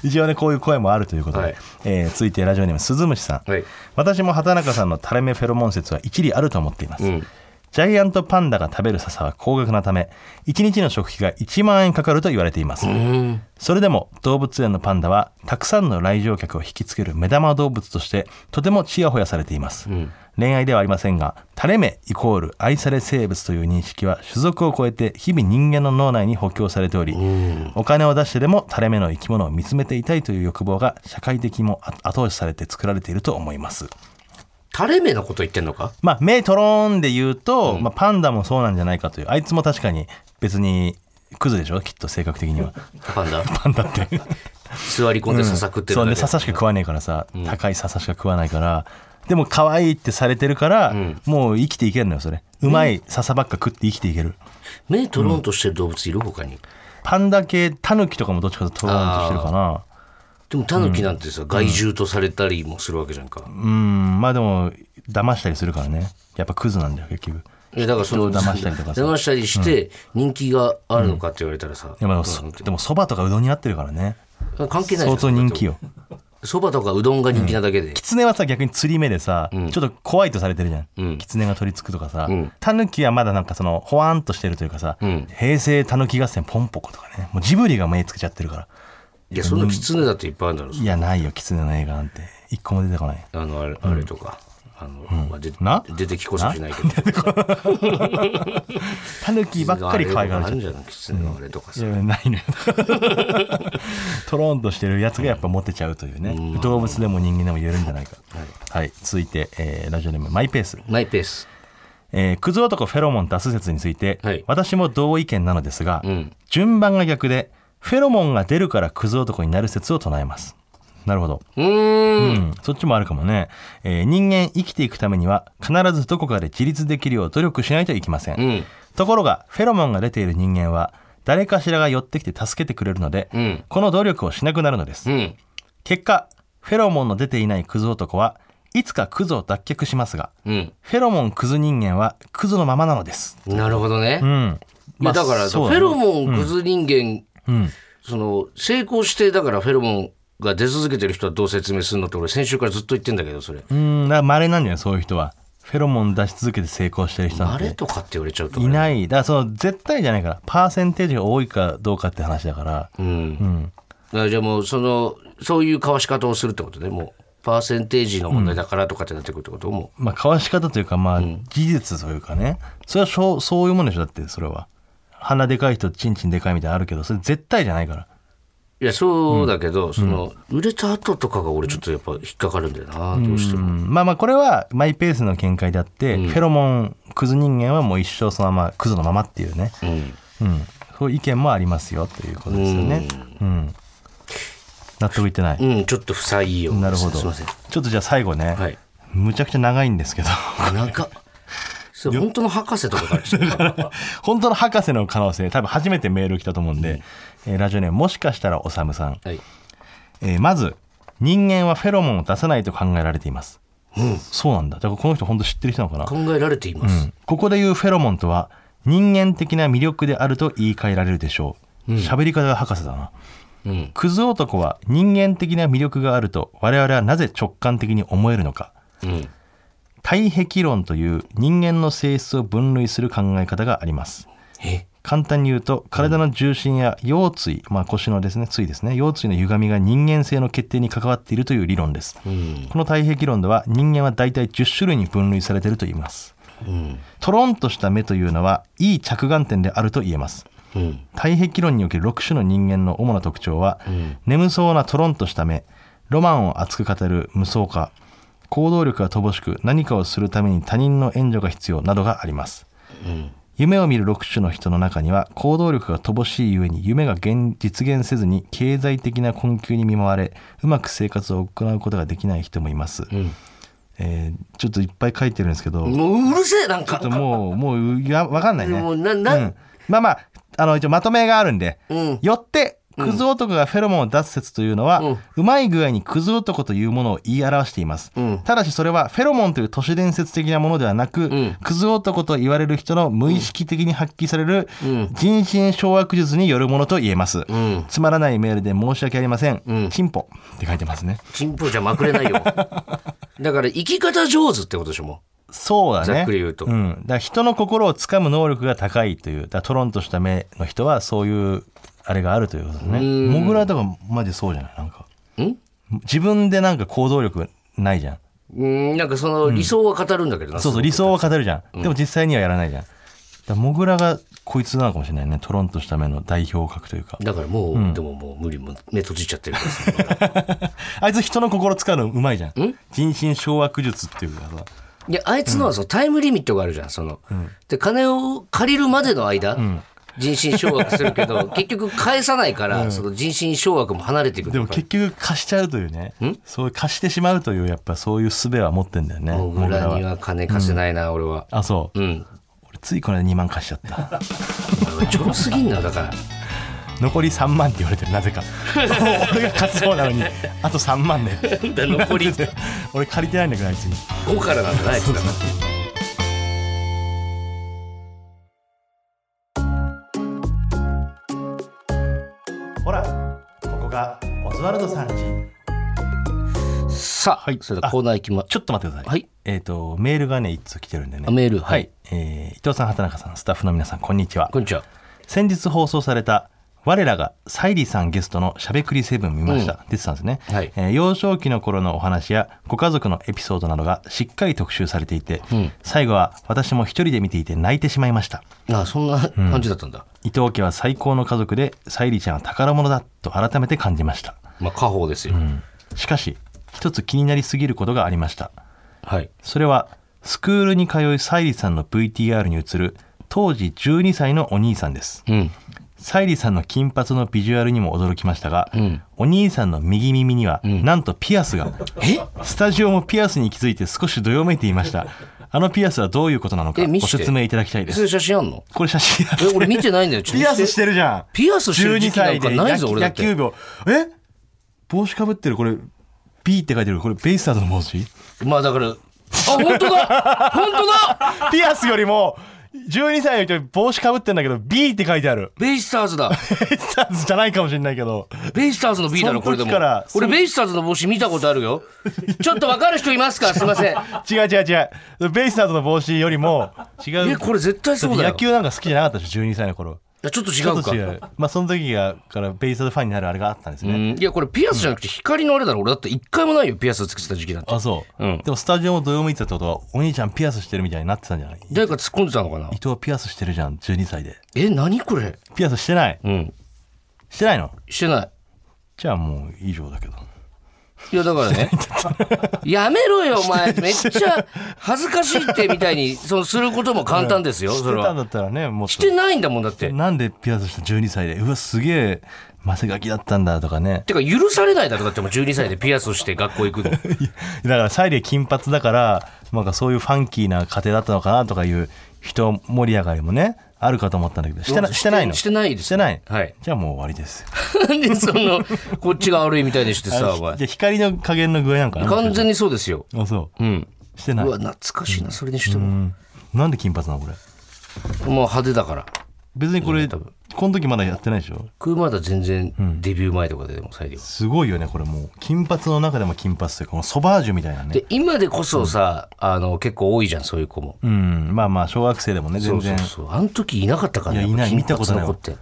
[SPEAKER 3] 一応ねこういう声もあるということで、
[SPEAKER 2] はい
[SPEAKER 3] えー続いてラジオネーム鈴虫さん、
[SPEAKER 2] はい
[SPEAKER 3] 私も畑中さんの垂れ目フェロモン説は一理あると思っています、
[SPEAKER 2] うん
[SPEAKER 3] ジャイアントパンダが食べる笹は高額なため1日の食費が1万円かかると言われています、
[SPEAKER 2] うん
[SPEAKER 3] それでも動物園のパンダはたくさんの来場客を引きつける目玉動物としてとてもちやほやされています、恋愛ではありませんが垂れ目イコール愛され生物という認識は種族を超えて日々人間の脳内に補強されており、お金を出してでも垂れ目の生き物を見つめていたいという欲望が社会的にも後後押しされて作られていると思います
[SPEAKER 2] 垂れ目のこと言ってんのか
[SPEAKER 3] まあ、目とろーんで言うと、まあ、パンダもそうなんじゃないかというあいつも確かに別にクズでしょきっと性格的には
[SPEAKER 2] パンダ
[SPEAKER 3] パンダって
[SPEAKER 2] 座り込んで笹食ってる
[SPEAKER 3] そう
[SPEAKER 2] だ
[SPEAKER 3] ね
[SPEAKER 2] け
[SPEAKER 3] 笹しか食わねえからさ、高い笹しか食わないからでも可愛いってされてるから、もう生きていけるのよそれうまい笹ばっか食って生きていける、
[SPEAKER 2] 目とろんとしてる動物いる他に
[SPEAKER 3] パンダ系タヌキとかもどっちかととろーんとしてるかな
[SPEAKER 2] でもタヌキなんてさ、害獣とされたりもするわけじゃんか、
[SPEAKER 3] うんまあでも騙したりするからねやっぱクズなんだよ結局
[SPEAKER 2] いやだからその
[SPEAKER 3] 人を騙したりとかさ
[SPEAKER 2] 騙したりして人気があるのかって言われたらさ、
[SPEAKER 3] でもそでもそばとかうどんになってるからね
[SPEAKER 2] 関係ない
[SPEAKER 3] 相当人気
[SPEAKER 2] よ
[SPEAKER 3] よ
[SPEAKER 2] そばとかうどんが人気なだけで、
[SPEAKER 3] キツネはさ逆に釣り目でさ、ちょっと怖いとされてるじゃん、
[SPEAKER 2] うん
[SPEAKER 3] キツネが取り付くとかさ、
[SPEAKER 2] ん
[SPEAKER 3] タヌキはまだなんかそのほわんとしてるというかさ、
[SPEAKER 2] ん
[SPEAKER 3] 平成タヌキ合戦ポンポコとかねもうジブリが目つけちゃってるから
[SPEAKER 2] いやそのキツネだっていっぱいあるんだろう、
[SPEAKER 3] いやないよキツネの映画なんて一個も出てこない
[SPEAKER 2] あのあれあれとか、あのまあ、で
[SPEAKER 3] な
[SPEAKER 2] 出てきこそしないけど
[SPEAKER 3] タヌキばっかり可愛がら
[SPEAKER 2] あ
[SPEAKER 3] れ
[SPEAKER 2] るん
[SPEAKER 3] ち
[SPEAKER 2] じ
[SPEAKER 3] ゃ
[SPEAKER 2] ゃないキツネのあれと
[SPEAKER 3] う
[SPEAKER 2] か
[SPEAKER 3] い
[SPEAKER 2] さ、
[SPEAKER 3] やないのよ (laughs) トロンとしてるやつがやっぱモテちゃうというね、動物でも人間でも言えるんじゃないか、はい続いて、えーラジオネームマイペース
[SPEAKER 2] マイペース
[SPEAKER 3] えークズ男フェロモン出す説について、
[SPEAKER 2] はい
[SPEAKER 3] 私も同意見なのですが、
[SPEAKER 2] ん
[SPEAKER 3] 順番が逆でフェロモンが出るからクズ男になる説を唱えますなるほど、
[SPEAKER 2] うーん
[SPEAKER 3] うんそっちもあるかもね、えー人間生きていくためには必ずどこかで自立できるよう努力しないといけません、
[SPEAKER 2] うん
[SPEAKER 3] ところがフェロモンが出ている人間は誰かしらが寄ってきて助けてくれるので、
[SPEAKER 2] うん
[SPEAKER 3] この努力をしなくなるのです、
[SPEAKER 2] うん
[SPEAKER 3] 結果フェロモンの出ていないクズ男はいつかクズを脱却しますが
[SPEAKER 2] うん
[SPEAKER 3] フェロモンクズ人間はクズのままなのです。
[SPEAKER 2] なるほどね、
[SPEAKER 3] う
[SPEAKER 2] い
[SPEAKER 3] ん。
[SPEAKER 2] やだからフェロモンクズ人間、
[SPEAKER 3] ン。うん。
[SPEAKER 2] その成功してだからフェロモンが出続けてる人はどう説明するのって俺先週からずっと言ってんだけどそれ
[SPEAKER 3] うん、だから稀なんじゃないそういう人は。フェロモン出し続けて成功してる人な
[SPEAKER 2] あ
[SPEAKER 3] ん
[SPEAKER 2] れ
[SPEAKER 3] て
[SPEAKER 2] とかって言われちゃうと
[SPEAKER 3] いない。だからその絶対じゃないから、パーセンテージが多いかどうかって話だから。
[SPEAKER 2] うんあじゃあもうそのそういう交わし方をするってことねもうパーセンテージの問題だからとかってなってくるってことも
[SPEAKER 3] まあ、かわし方というか、まあ、技術というかね。それはそう、そういうもんでしょだって、それは。鼻でかい人、チンチンでかいみたいなのあるけど、それ絶対じゃないから。
[SPEAKER 2] ういやそうだけど、その売れた後とかが俺ちょっとやっぱ引っかかるんだよな、どうして
[SPEAKER 3] う
[SPEAKER 2] も
[SPEAKER 3] ん、まあまあこれはマイペースの見解であって、フェロモンクズ人間はもう一生そのままクズのままっていうね、うんそういう意見もありますよということですよね、うん納得いってない、
[SPEAKER 2] うん、ちょっと不採用
[SPEAKER 3] なるほど
[SPEAKER 2] すい
[SPEAKER 3] ち
[SPEAKER 2] ません
[SPEAKER 3] ょっとじゃあ最後ね、
[SPEAKER 2] はい
[SPEAKER 3] むちゃくちゃ長いんですけど (laughs)
[SPEAKER 2] あなんかそれ本当の博士とかからしてる
[SPEAKER 3] (laughs) 本当の博士の可能性多分初めてメール来たと思うんで、えーラジオネームもしかしたらおさむさん、
[SPEAKER 2] はい
[SPEAKER 3] えーまず人間はフェロモンを出さないと考えられていますそうなんだだからこの人本当知ってる人なのかな
[SPEAKER 2] 考えられていま
[SPEAKER 3] う
[SPEAKER 2] す
[SPEAKER 3] ん、ここで言うフェロモンとは人間的な魅力であると言い換えられるでしょう喋、り方が博士だな
[SPEAKER 2] うん
[SPEAKER 3] クズ男は人間的な魅力があると我々はなぜ直感的に思えるのか
[SPEAKER 2] うん
[SPEAKER 3] 体壁論という人間の性質を分類する考え方があります
[SPEAKER 2] え
[SPEAKER 3] 簡単に言うと体の重心や腰椎、まあ、腰のですね椎ですね腰椎の歪みが人間性の決定に関わっているという理論です、
[SPEAKER 2] うん
[SPEAKER 3] この体壁論では人間は大体10種類に分類されていると言います
[SPEAKER 2] うん
[SPEAKER 3] トロンとした目というのはいい着眼点であると言えます
[SPEAKER 2] うん
[SPEAKER 3] 体壁論における6種の人間の主な特徴は、眠そうなトロンとした目ロマンを熱く語る無双化行動力が乏しく何かをするために他人の援助が必要などがあります
[SPEAKER 2] うん
[SPEAKER 3] 夢を見る6種の人の中には行動力が乏しいゆえに夢が現実現せずに経済的な困窮に見舞われうまく生活を行うことができない人もいます、
[SPEAKER 2] ん
[SPEAKER 3] えーちょっといっぱい書いてるんですけど、ちょ
[SPEAKER 2] もううるせえなん
[SPEAKER 3] っ
[SPEAKER 2] か
[SPEAKER 3] ともうもうやわかんないね
[SPEAKER 2] もうなな
[SPEAKER 3] うんまあまああの一応まとめがあるんで、
[SPEAKER 2] うん
[SPEAKER 3] よってクズ男がフェロモンを出す説というのは、う
[SPEAKER 2] うん
[SPEAKER 3] まい具合にクズ男というものを言い表しています、
[SPEAKER 2] うん
[SPEAKER 3] ただしそれはフェロモンという都市伝説的なものではなく、
[SPEAKER 2] ん
[SPEAKER 3] クズ男と言われる人の無意識的に発揮される
[SPEAKER 2] うん
[SPEAKER 3] 人心掌握術によるものと言えます、
[SPEAKER 2] うん
[SPEAKER 3] つまらないメールで申し訳ありません、
[SPEAKER 2] ん
[SPEAKER 3] チンポって書いてますね
[SPEAKER 2] チンポじゃまく
[SPEAKER 3] (laughs)
[SPEAKER 2] れないよだから生き方上手ってことでしょも
[SPEAKER 3] そうだね
[SPEAKER 2] ざっくり言うと
[SPEAKER 3] ん、だから人の心をつかむ能力が高いというだからトロンとした目の人はそういうあれがあるということですね
[SPEAKER 2] うん
[SPEAKER 3] モグラとかマジそうじゃないなんか
[SPEAKER 2] ううん
[SPEAKER 3] 自分でなんか行動力ないじゃん
[SPEAKER 2] うんなんかその理想は語るんだけどな、
[SPEAKER 3] そうそう理想は語るじゃん、でも実際にはやらないじゃんだからモグラがこいつなのかもしれないねトロンとした目の代表格というか
[SPEAKER 2] だからもう、でももう無理もう目閉じちゃってるからさ
[SPEAKER 3] あいつ人の心つかむのうまいじゃん
[SPEAKER 2] ん
[SPEAKER 3] 人心掌握術っていうかさ
[SPEAKER 2] いやあいつのはそのタイムリミットがあるじゃんその、で金を借りるまでの間、人心掌握する
[SPEAKER 3] (laughs)
[SPEAKER 2] けど結局返さないから、その人心掌握も離れていく
[SPEAKER 3] でも結局貸しちゃうというねそういう貸してしまうというやっぱそういう術は持ってんだよね
[SPEAKER 2] もう
[SPEAKER 3] モグラ
[SPEAKER 2] 裏に
[SPEAKER 3] は
[SPEAKER 2] は金貸せないな、俺は
[SPEAKER 3] あそう
[SPEAKER 2] うん
[SPEAKER 3] 俺ついこの間2万貸しちゃった
[SPEAKER 2] 俺ちょろすぎんなだから
[SPEAKER 3] 残り3万って言われてるな (laughs) ぜか俺が勝つそうなのにあと3万ね (laughs)
[SPEAKER 2] だ残 (laughs) り5
[SPEAKER 3] 俺借りてないんだけどあいつに
[SPEAKER 2] からなんだなあいつだから
[SPEAKER 3] ほらここがオズワルドさんち
[SPEAKER 2] さあ、
[SPEAKER 3] はい
[SPEAKER 2] それではコーナー行きま
[SPEAKER 3] ちょっと待ってください、
[SPEAKER 2] はい
[SPEAKER 3] えっ、とメールがね一通来てるんでね
[SPEAKER 2] あメールはい
[SPEAKER 3] えー伊藤さん畑中さんスタッフの皆さんこんにちは
[SPEAKER 2] こんにちは
[SPEAKER 3] 先日放送された我らがサイリさんゲストのしゃべくりセブン見ました、出てたんですね、
[SPEAKER 2] はい
[SPEAKER 3] えー幼少期の頃のお話やご家族のエピソードなどがしっかり特集されていて、
[SPEAKER 2] うん
[SPEAKER 3] 最後は私も一人で見ていて泣いてしまいました
[SPEAKER 2] あそんな感じだったんだ、
[SPEAKER 3] 伊藤家は最高の家族で沙莉ちゃんは宝物だと改めて感じました
[SPEAKER 2] まあ家宝ですよ、
[SPEAKER 3] しかし一つ気になりすぎることがありました
[SPEAKER 2] はい
[SPEAKER 3] それはスクールに通い沙莉さんの VTR に映る当時12歳のお兄さんです
[SPEAKER 2] うん
[SPEAKER 3] 沙莉さんの金髪のビジュアルにも驚きましたが、
[SPEAKER 2] ん
[SPEAKER 3] お兄さんの右耳には、なんとピアス
[SPEAKER 2] (laughs)
[SPEAKER 3] が
[SPEAKER 2] え
[SPEAKER 3] スタジオもピアスに気づいて少しどよめいていましたあのピアスはどういうことなのか
[SPEAKER 2] え見
[SPEAKER 3] ご
[SPEAKER 2] して
[SPEAKER 3] 説明いただきたいで
[SPEAKER 2] そうい
[SPEAKER 3] す
[SPEAKER 2] う写真あんの
[SPEAKER 3] これ写真
[SPEAKER 2] え俺見てないんだよち
[SPEAKER 3] (laughs)
[SPEAKER 2] ょっと
[SPEAKER 3] ピアスしてるじゃん
[SPEAKER 2] ピアスしてる時期なんかないぞ
[SPEAKER 3] 12
[SPEAKER 2] 俺だ
[SPEAKER 3] 野
[SPEAKER 2] っ
[SPEAKER 3] 球
[SPEAKER 2] て
[SPEAKER 3] 野球部をえ帽子かぶってるこれ B って書いてるこれベイスターズの帽子
[SPEAKER 2] まあだから、あ、本
[SPEAKER 3] (laughs)
[SPEAKER 2] 当だ本当だ
[SPEAKER 3] ピアスよりも12歳の人帽子かぶってんだけど B って書いてある
[SPEAKER 2] ベイスターズだ
[SPEAKER 3] ベイスターズじゃないかもしれないけど
[SPEAKER 2] ベイスターズの B だろ、これでも
[SPEAKER 3] その時から。
[SPEAKER 2] 俺、ベイスターズの帽子見たことある
[SPEAKER 3] (laughs)
[SPEAKER 2] よ。ちょっとわかる人いますかすいませ
[SPEAKER 3] 違
[SPEAKER 2] ん。
[SPEAKER 3] う違う違うベイスターズの帽子よりも違う
[SPEAKER 2] え、これ絶対そうだ
[SPEAKER 3] 野
[SPEAKER 2] よ。
[SPEAKER 3] 球なんか好きじゃなかったでしょ12歳の頃
[SPEAKER 2] いやちょっと違
[SPEAKER 3] ちょ
[SPEAKER 2] う
[SPEAKER 3] っと
[SPEAKER 2] か。
[SPEAKER 3] 違うまあその時がからベイスターズファンになるあれがあったんです
[SPEAKER 2] う
[SPEAKER 3] ね、
[SPEAKER 2] んいや、これピアスじゃなくて光のあれだろ。俺だって一回もないよ、ピアスつけてた時期だって。
[SPEAKER 3] あそう、
[SPEAKER 2] うん
[SPEAKER 3] でもスタジオもどよめいてたってことはお兄ちゃんピアスしてるみたいになってたんじゃない伊
[SPEAKER 2] 誰か突っ込んでたのかな
[SPEAKER 3] 藤ピアスしてるじゃん12歳で
[SPEAKER 2] え、何これ
[SPEAKER 3] ピアスしてない
[SPEAKER 2] うん。
[SPEAKER 3] してないの
[SPEAKER 2] してない。
[SPEAKER 3] じゃあもう以上だけど
[SPEAKER 2] いや、だからね。 (laughs) やめろよ、お
[SPEAKER 3] (laughs)
[SPEAKER 2] 前。めっちゃ恥ずかしいってみたいに、その、することも簡単ですよ、
[SPEAKER 3] して
[SPEAKER 2] それ
[SPEAKER 3] たん
[SPEAKER 2] は。
[SPEAKER 3] だったらねもっと
[SPEAKER 2] してないんだもん、だって。
[SPEAKER 3] なんでピアスした12歳でうわすげえマセガキだったんだとかね (laughs)
[SPEAKER 2] てか許されないだろだってもう12歳でピアスをして学校行くの
[SPEAKER 3] だからサイリー金髪だからなんかそういうファンキーな家庭だったのかなとかいう人盛り上がりもねあるかと思ったんだけどしてなしてないの
[SPEAKER 2] してないです
[SPEAKER 3] してない、
[SPEAKER 2] はい
[SPEAKER 3] じゃあもう終わりですよ
[SPEAKER 2] なんでそのこっちが悪いみたいにしてさお前
[SPEAKER 3] じゃあ光の加減の具合なんかな
[SPEAKER 2] 完全にそうですよ
[SPEAKER 3] あそう
[SPEAKER 2] うん
[SPEAKER 3] して
[SPEAKER 2] う
[SPEAKER 3] ない
[SPEAKER 2] わ懐かしいなそれにして
[SPEAKER 3] う
[SPEAKER 2] も
[SPEAKER 3] んなんで金髪なのこれ
[SPEAKER 2] もう派手だから
[SPEAKER 3] 別にこれ、
[SPEAKER 2] 多分
[SPEAKER 3] この時まだやってないでしょ
[SPEAKER 2] 僕まだ全然デビュー前とかでも最良
[SPEAKER 3] すごいよねこれもう金髪の中でも金髪というかこのソバージュみたいなね
[SPEAKER 2] で今でこそさあの結構多いじゃんそういう子も
[SPEAKER 3] うんまあまあ小学生でもね
[SPEAKER 2] そ
[SPEAKER 3] 全
[SPEAKER 2] うそ
[SPEAKER 3] 然
[SPEAKER 2] う
[SPEAKER 3] そ
[SPEAKER 2] そうあの時いなかったからね
[SPEAKER 3] いやいない
[SPEAKER 2] やっぱ金
[SPEAKER 3] 見たこと
[SPEAKER 2] 髪
[SPEAKER 3] ない
[SPEAKER 2] の
[SPEAKER 3] わ
[SPEAKER 2] 子って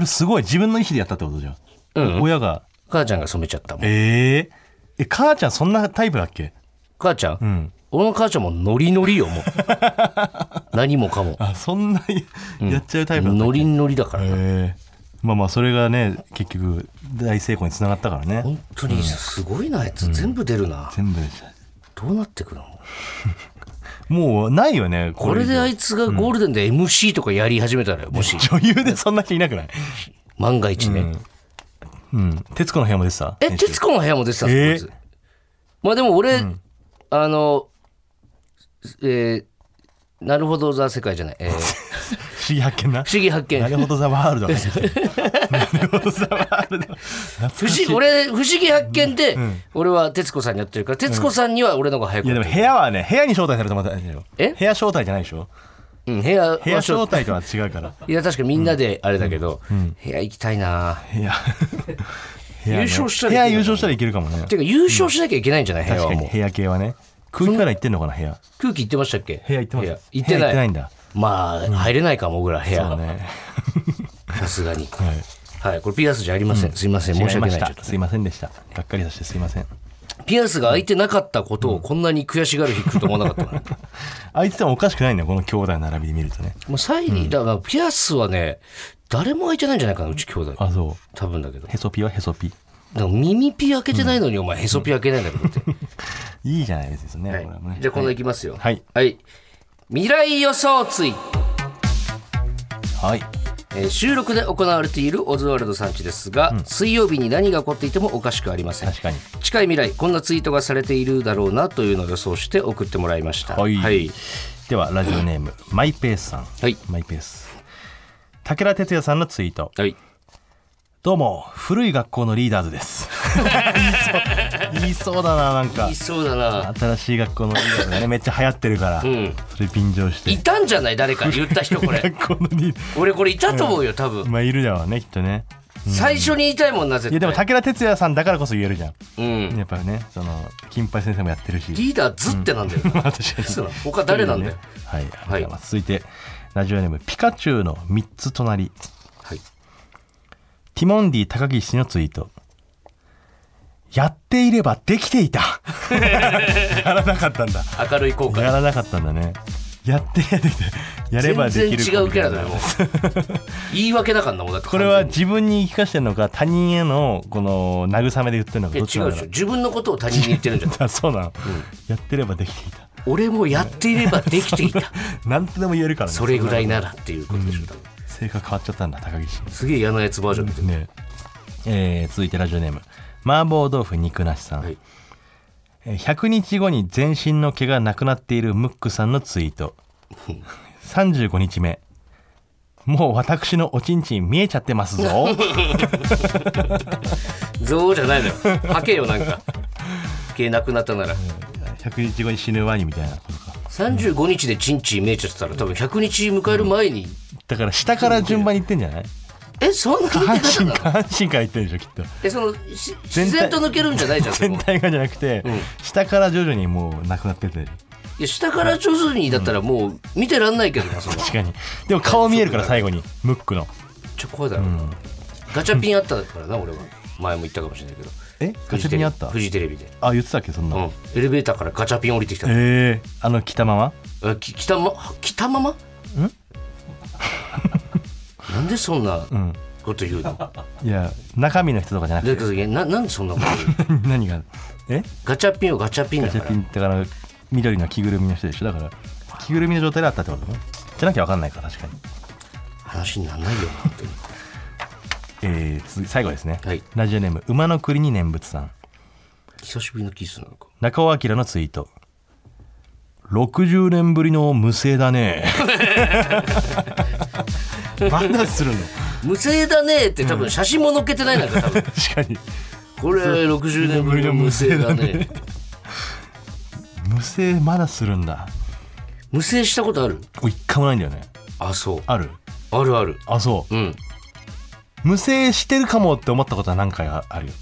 [SPEAKER 3] れすごい自分の意思でやったってことじゃん、
[SPEAKER 2] うん
[SPEAKER 3] 親が
[SPEAKER 2] 母ちゃんが染めちゃったもん
[SPEAKER 3] えええ母ちゃんそんなタイプだっけ
[SPEAKER 2] 母ちゃ
[SPEAKER 3] うんん
[SPEAKER 2] 俺の母ちゃんもノリノリよ
[SPEAKER 3] (laughs)
[SPEAKER 2] もう何もかも
[SPEAKER 3] あそんなやっちゃうタイプだったっ
[SPEAKER 2] ノ
[SPEAKER 3] け、
[SPEAKER 2] リノリだからな
[SPEAKER 3] ええまあまあそれがね結局大成功につながったからね
[SPEAKER 2] 本当にすごいなあいつ全部出るな
[SPEAKER 3] 全部でした
[SPEAKER 2] どうなってくの
[SPEAKER 3] もうないよね
[SPEAKER 2] これであ
[SPEAKER 3] 以
[SPEAKER 2] いつがゴールデンで MC とかやり始めたらよもし
[SPEAKER 3] 上女優でそんな人いなくない
[SPEAKER 2] 万が一ね
[SPEAKER 3] うん徹子の部屋も出てた
[SPEAKER 2] え徹子の部屋も出てたん
[SPEAKER 3] え
[SPEAKER 2] で
[SPEAKER 3] ー
[SPEAKER 2] すかこいつまあでも俺あのえーなるほどザ世界じゃないえー
[SPEAKER 3] 不思議発見な
[SPEAKER 2] 不思議発見
[SPEAKER 3] なるほどザワールドが出てきたなるほどザワールド
[SPEAKER 2] 不思
[SPEAKER 3] (laughs)
[SPEAKER 2] 議俺不思議発見で俺は徹子さんにやってるから徹子さんには俺の方が早
[SPEAKER 3] い
[SPEAKER 2] く
[SPEAKER 3] やでも部屋はね部屋に招待されたまたでしょ
[SPEAKER 2] え
[SPEAKER 3] 部屋招待じゃないでしょ
[SPEAKER 2] うん部屋
[SPEAKER 3] 部屋招待とは違うから
[SPEAKER 2] いや確かみんなであれだけど部屋行きたいな
[SPEAKER 3] 部屋部屋ね
[SPEAKER 2] (laughs) 優勝した
[SPEAKER 3] 部
[SPEAKER 2] らいける
[SPEAKER 3] 屋優勝したらいけるかもね
[SPEAKER 2] ていうか優勝しなきゃいけないんじゃない部屋
[SPEAKER 3] 確
[SPEAKER 2] は
[SPEAKER 3] か
[SPEAKER 2] も
[SPEAKER 3] に
[SPEAKER 2] う
[SPEAKER 3] 部屋系はね空気から行ってんのかな部屋
[SPEAKER 2] 空気行ってましたっけ
[SPEAKER 3] 部屋行ってました
[SPEAKER 2] 行ってな
[SPEAKER 3] 部屋行ってない
[SPEAKER 2] い
[SPEAKER 3] んだ
[SPEAKER 2] まあ入れないかもぐらい部
[SPEAKER 3] そう
[SPEAKER 2] 屋
[SPEAKER 3] ね
[SPEAKER 2] さすがに
[SPEAKER 3] はい
[SPEAKER 2] はいこれピアスじゃありませんすいません
[SPEAKER 3] 違
[SPEAKER 2] 申し
[SPEAKER 3] いま
[SPEAKER 2] 訳な
[SPEAKER 3] し
[SPEAKER 2] いちょった
[SPEAKER 3] すいませんでしたがっかりさせてすいません
[SPEAKER 2] とピアスが開いてなかったことをこんなに悔しがる日来ると思わなかったな
[SPEAKER 3] あいつでもおかしくないんだよこの兄弟の並びで見るとね
[SPEAKER 2] もうサイリーだからピアスはね誰も開いてないんじゃないかなうち兄弟
[SPEAKER 3] あそ
[SPEAKER 2] 多分だけど
[SPEAKER 3] うへそピはへそピ
[SPEAKER 2] でも耳ピ開けてないのにお前へそピ開けないんだけどって
[SPEAKER 3] いいじゃないですね
[SPEAKER 2] はい
[SPEAKER 3] これもね
[SPEAKER 2] じゃあ今度いきますよ
[SPEAKER 3] はい
[SPEAKER 2] はい未来予想追
[SPEAKER 3] はい
[SPEAKER 2] えー収録で行われているオズワルドさんちですが、水曜日に何が起こっていてもおかしくありません
[SPEAKER 3] 確かに
[SPEAKER 2] 近い未来こんなツイートがされているだろうなというのを予想して送ってもらいました
[SPEAKER 3] はい、
[SPEAKER 2] はい
[SPEAKER 3] ではラジオネ
[SPEAKER 2] (laughs)
[SPEAKER 3] ームマイペースさん、
[SPEAKER 2] はい
[SPEAKER 3] マイペース武田鉄矢さんのツイート
[SPEAKER 2] はい
[SPEAKER 3] どうも古い学校のリーダーズです
[SPEAKER 2] (laughs)
[SPEAKER 3] 言いそう言いそうだななんか
[SPEAKER 2] いそうだな
[SPEAKER 3] 新しい学校のリーダーズ
[SPEAKER 2] (laughs)
[SPEAKER 3] がねめっちゃ流行ってるから、
[SPEAKER 2] ん
[SPEAKER 3] それ便乗して
[SPEAKER 2] いたんじゃない誰か言った人これ
[SPEAKER 3] (laughs) 学校のリーダ
[SPEAKER 2] 俺これいたと思うよ多分
[SPEAKER 3] ーまあいるだろうねきっとね
[SPEAKER 2] 最初に言いたいもんな絶
[SPEAKER 3] い
[SPEAKER 2] 対
[SPEAKER 3] やでも武田鉄矢さんだからこそ言えるじゃん
[SPEAKER 2] うん
[SPEAKER 3] やっぱねその金八先生もやってるし
[SPEAKER 2] リーダーずってなんだよ、
[SPEAKER 3] (laughs) まあ確かに
[SPEAKER 2] そうだ他誰なんだよ
[SPEAKER 3] はいありがとうございます、続いてラジオネームピカチュウの三つ隣
[SPEAKER 2] はい
[SPEAKER 3] ティモンディ高岸氏のツイート。やっていればできて
[SPEAKER 2] (laughs)
[SPEAKER 3] いたやらなかったんだ。
[SPEAKER 2] 明るい効果
[SPEAKER 3] やらなかったんだね。やってやってきてやれば
[SPEAKER 2] 全
[SPEAKER 3] で
[SPEAKER 2] 然
[SPEAKER 3] き
[SPEAKER 2] 違
[SPEAKER 3] る
[SPEAKER 2] うキャラだよもう言い訳なかんなもんだって
[SPEAKER 3] これは
[SPEAKER 2] 完全に
[SPEAKER 3] 自分に言い聞かしてるのか他人へのこの慰めで言ってるのかど
[SPEAKER 2] いや
[SPEAKER 3] っち
[SPEAKER 2] 違
[SPEAKER 3] な
[SPEAKER 2] う
[SPEAKER 3] の
[SPEAKER 2] でし
[SPEAKER 3] か
[SPEAKER 2] ょ自分のことを他人に言ってるんじゃない
[SPEAKER 3] あ (laughs) そうなの、やってればできていた (laughs)
[SPEAKER 2] 俺もやっていればできていた
[SPEAKER 3] 何とでも言えるからね
[SPEAKER 2] それぐらいならっていうことでしょ多分
[SPEAKER 3] 性格変わっちゃったんだ高岸
[SPEAKER 2] すげえ嫌なやつバージョンみたいな
[SPEAKER 3] ねえー続いてラジオネーム麻婆豆腐肉なしさん、
[SPEAKER 2] はい
[SPEAKER 3] えー100日後に全身の毛がなくなっているムックさんのツイー
[SPEAKER 2] (laughs)
[SPEAKER 3] ト35日目もう私のおちんちん見えちゃってますぞ
[SPEAKER 2] (laughs) ゾウじゃないのよはけよなんか毛なくなったなら
[SPEAKER 3] 100日後に死ぬワニみたいなことか
[SPEAKER 2] 35日でチンチン見えちゃってたら多分100日迎える前に
[SPEAKER 3] だから下から順番にいってんじゃない
[SPEAKER 2] えそんな
[SPEAKER 3] 下
[SPEAKER 2] 抜
[SPEAKER 3] 半
[SPEAKER 2] け方
[SPEAKER 3] 身 (laughs)
[SPEAKER 2] なの
[SPEAKER 3] 下半身からいってるでしょきっと
[SPEAKER 2] えそのし
[SPEAKER 3] 全体
[SPEAKER 2] 自然と抜けるんじゃないじゃんそこ
[SPEAKER 3] 全体がじゃなくて、
[SPEAKER 2] ん
[SPEAKER 3] 下から徐々にもうなくなってってる
[SPEAKER 2] いや下から徐々にだったらもう見てらんないけどなその
[SPEAKER 3] 確かにでも顔見えるから最後にムックの
[SPEAKER 2] めっちゃ怖いだろうな、ガチャピンあったからな俺は前も言ったかもしれないけど
[SPEAKER 3] えガチャピンあった
[SPEAKER 2] フジテレビで、
[SPEAKER 3] あ言ってたっけそんな、
[SPEAKER 2] うん、エレベーターからガチャピン降りてきたの
[SPEAKER 3] ええあの着たまま
[SPEAKER 2] えき来たま来たまま (laughs) なんでそんな
[SPEAKER 3] うん
[SPEAKER 2] こと言うのだ
[SPEAKER 3] いや中身の人とかじゃな
[SPEAKER 2] け
[SPEAKER 3] くて
[SPEAKER 2] どいやななんでそんなこと言う
[SPEAKER 3] (laughs)
[SPEAKER 2] の
[SPEAKER 3] 何がえ
[SPEAKER 2] ガチャピンはガチャピン
[SPEAKER 3] ガ
[SPEAKER 2] だ
[SPEAKER 3] チ
[SPEAKER 2] か
[SPEAKER 3] ャピ
[SPEAKER 2] ら
[SPEAKER 3] ンってから緑の着ぐるみの人でしょだから着ぐるみの状態であったってことねじゃなきゃ分かんないから確かに
[SPEAKER 2] 話にならないよな本当に
[SPEAKER 3] えー、次最後ですね、
[SPEAKER 2] はい
[SPEAKER 3] ラジオネーム馬の国に念仏さん
[SPEAKER 2] 久しぶりのキスなのか
[SPEAKER 3] 中尾明のツイート60年ぶりの無声だね漫談するの
[SPEAKER 2] 無声だねって多分写真も載っけてないなん
[SPEAKER 3] (laughs)
[SPEAKER 2] か多分
[SPEAKER 3] 確かに
[SPEAKER 2] これ60年ぶりの無声だね
[SPEAKER 3] 無声まだするんだ
[SPEAKER 2] 無声したことある
[SPEAKER 3] これ一回もないんだよね
[SPEAKER 2] あそう
[SPEAKER 3] ある
[SPEAKER 2] あるある
[SPEAKER 3] あそう
[SPEAKER 2] うん
[SPEAKER 3] 無声してるかもって思ったことは何回かあるよ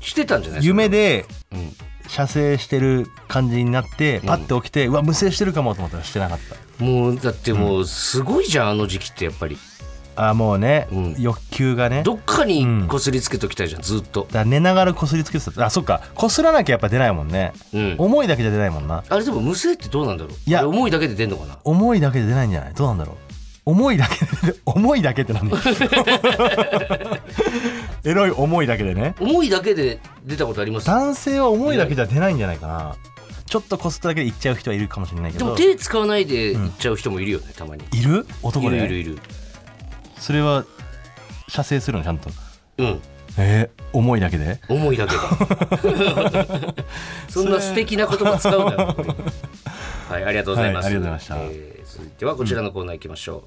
[SPEAKER 2] してたんじゃない
[SPEAKER 3] 夢で
[SPEAKER 2] うん
[SPEAKER 3] 射精してる感じになってパッて起きて、うわ無声してるかもと思ったらしてなかっ
[SPEAKER 2] もうだってもうすごいじゃんあの時期ってやっぱり
[SPEAKER 3] たあーもうね、
[SPEAKER 2] うん
[SPEAKER 3] 欲求がねだ
[SPEAKER 2] どっかにこすりつけときたいじゃんずっと
[SPEAKER 3] から寝ながらこすりつけてたあそっかこすらなきゃやっぱ出ないもんね、
[SPEAKER 2] うん
[SPEAKER 3] 思いだけじゃ出ないもんな
[SPEAKER 2] あれでも無声ってどうなんだろう
[SPEAKER 3] いや
[SPEAKER 2] あれ思いだけで出んのかな
[SPEAKER 3] 思いだけで出ないんじゃないどうなんだろう思いだけで (laughs) 思いだけって何エロい思いだけでね
[SPEAKER 2] 思いだけで出たことあります
[SPEAKER 3] 男性は思いだけじゃ出ないんじゃないかなちょっとこすっただけでいっちゃう人はいるかもしれないけ
[SPEAKER 2] で
[SPEAKER 3] ど
[SPEAKER 2] も手使わないで行っちゃう人もいるよねたまに
[SPEAKER 3] いる
[SPEAKER 2] い
[SPEAKER 3] 男で
[SPEAKER 2] るいるいる
[SPEAKER 3] それは射精するのちゃんと
[SPEAKER 2] うん
[SPEAKER 3] えー、思いだけで
[SPEAKER 2] 思い
[SPEAKER 3] (laughs)
[SPEAKER 2] だけだそんな素敵な言葉使う
[SPEAKER 3] (laughs)
[SPEAKER 2] なよはいありがとうございます、
[SPEAKER 3] はいありがとうございました
[SPEAKER 2] えー続いてはこちらのコーナー行きましょ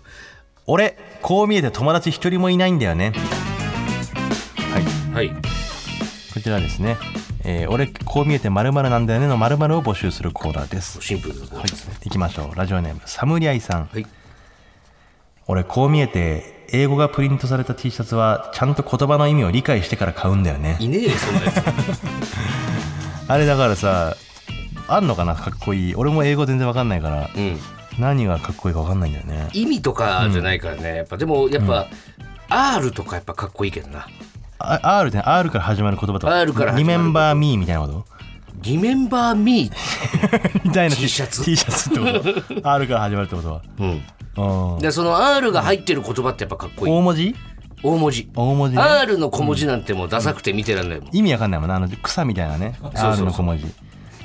[SPEAKER 3] 俺こう見えて友達一人もいないんだよねはいこ
[SPEAKER 2] う、はい
[SPEAKER 3] ちらですね、えー俺こう見えて〇〇なんだよねの〇〇を募集するコーナーです
[SPEAKER 2] シンプルでござい
[SPEAKER 3] は
[SPEAKER 2] ま
[SPEAKER 3] い
[SPEAKER 2] す
[SPEAKER 3] 行きましょうラジオネームサムリアイさん
[SPEAKER 2] はい、
[SPEAKER 3] 俺こう見えて英語がプリントされた T シャツはちゃんと言葉の意味を理解してから買うんだよね
[SPEAKER 2] い、ねえよそんなやつ
[SPEAKER 3] あれだからさあんのかなかっこいい俺も英語全然わかんないから
[SPEAKER 2] うん
[SPEAKER 3] 何がかっこいいかわかんないんだよね
[SPEAKER 2] 意味とかじゃないからね、やっぱでもやっぱ、R とかやっぱかっこいいけどな
[SPEAKER 3] あ R って R から始まる言葉とか
[SPEAKER 2] R から始まる
[SPEAKER 3] リメンバーミーみたいなこと
[SPEAKER 2] (laughs) 「Remember Me
[SPEAKER 3] みたいな
[SPEAKER 2] T シャツ
[SPEAKER 3] T シャツってこと R から始まるってことは」うん
[SPEAKER 2] でその R が入ってる言葉ってやっぱかっこいい
[SPEAKER 3] 大文字
[SPEAKER 2] 大文字
[SPEAKER 3] 大文字、ね、
[SPEAKER 2] R の小文字なんてもうダサくて見てらんないもん、
[SPEAKER 3] 意味わかんないもんなあの草みたいなね R の小文字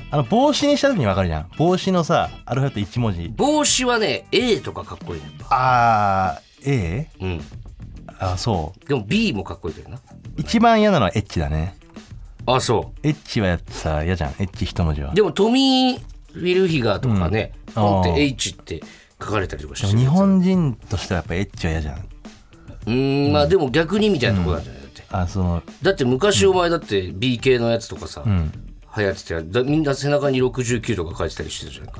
[SPEAKER 3] あの帽子にした時にわかるじゃん帽子のさアルファベット一文字
[SPEAKER 2] 帽子はね A とかかっこいいねやっぱ
[SPEAKER 3] あー A?
[SPEAKER 2] うん
[SPEAKER 3] あそう
[SPEAKER 2] でも B もかっこいいけどな
[SPEAKER 3] 一番嫌なのはエッチだね
[SPEAKER 2] あそ
[SPEAKER 3] エッチはやってさ嫌じゃんエッチ一文字は
[SPEAKER 2] うでもトミー・フィルヒガーとかね、
[SPEAKER 3] ん
[SPEAKER 2] ポンっ
[SPEAKER 3] あ
[SPEAKER 2] て
[SPEAKER 3] ー
[SPEAKER 2] H って書かれたりとかして
[SPEAKER 3] でも日本人としてはやっぱエッチは嫌じゃん
[SPEAKER 2] うーんまあでも逆にみたいなとこなんじゃない、だって
[SPEAKER 3] あその (laughs)
[SPEAKER 2] だって昔お前だって B 系のやつとかさ、流行ってたよだみんな背中に69とか書いてたりしてたじゃないか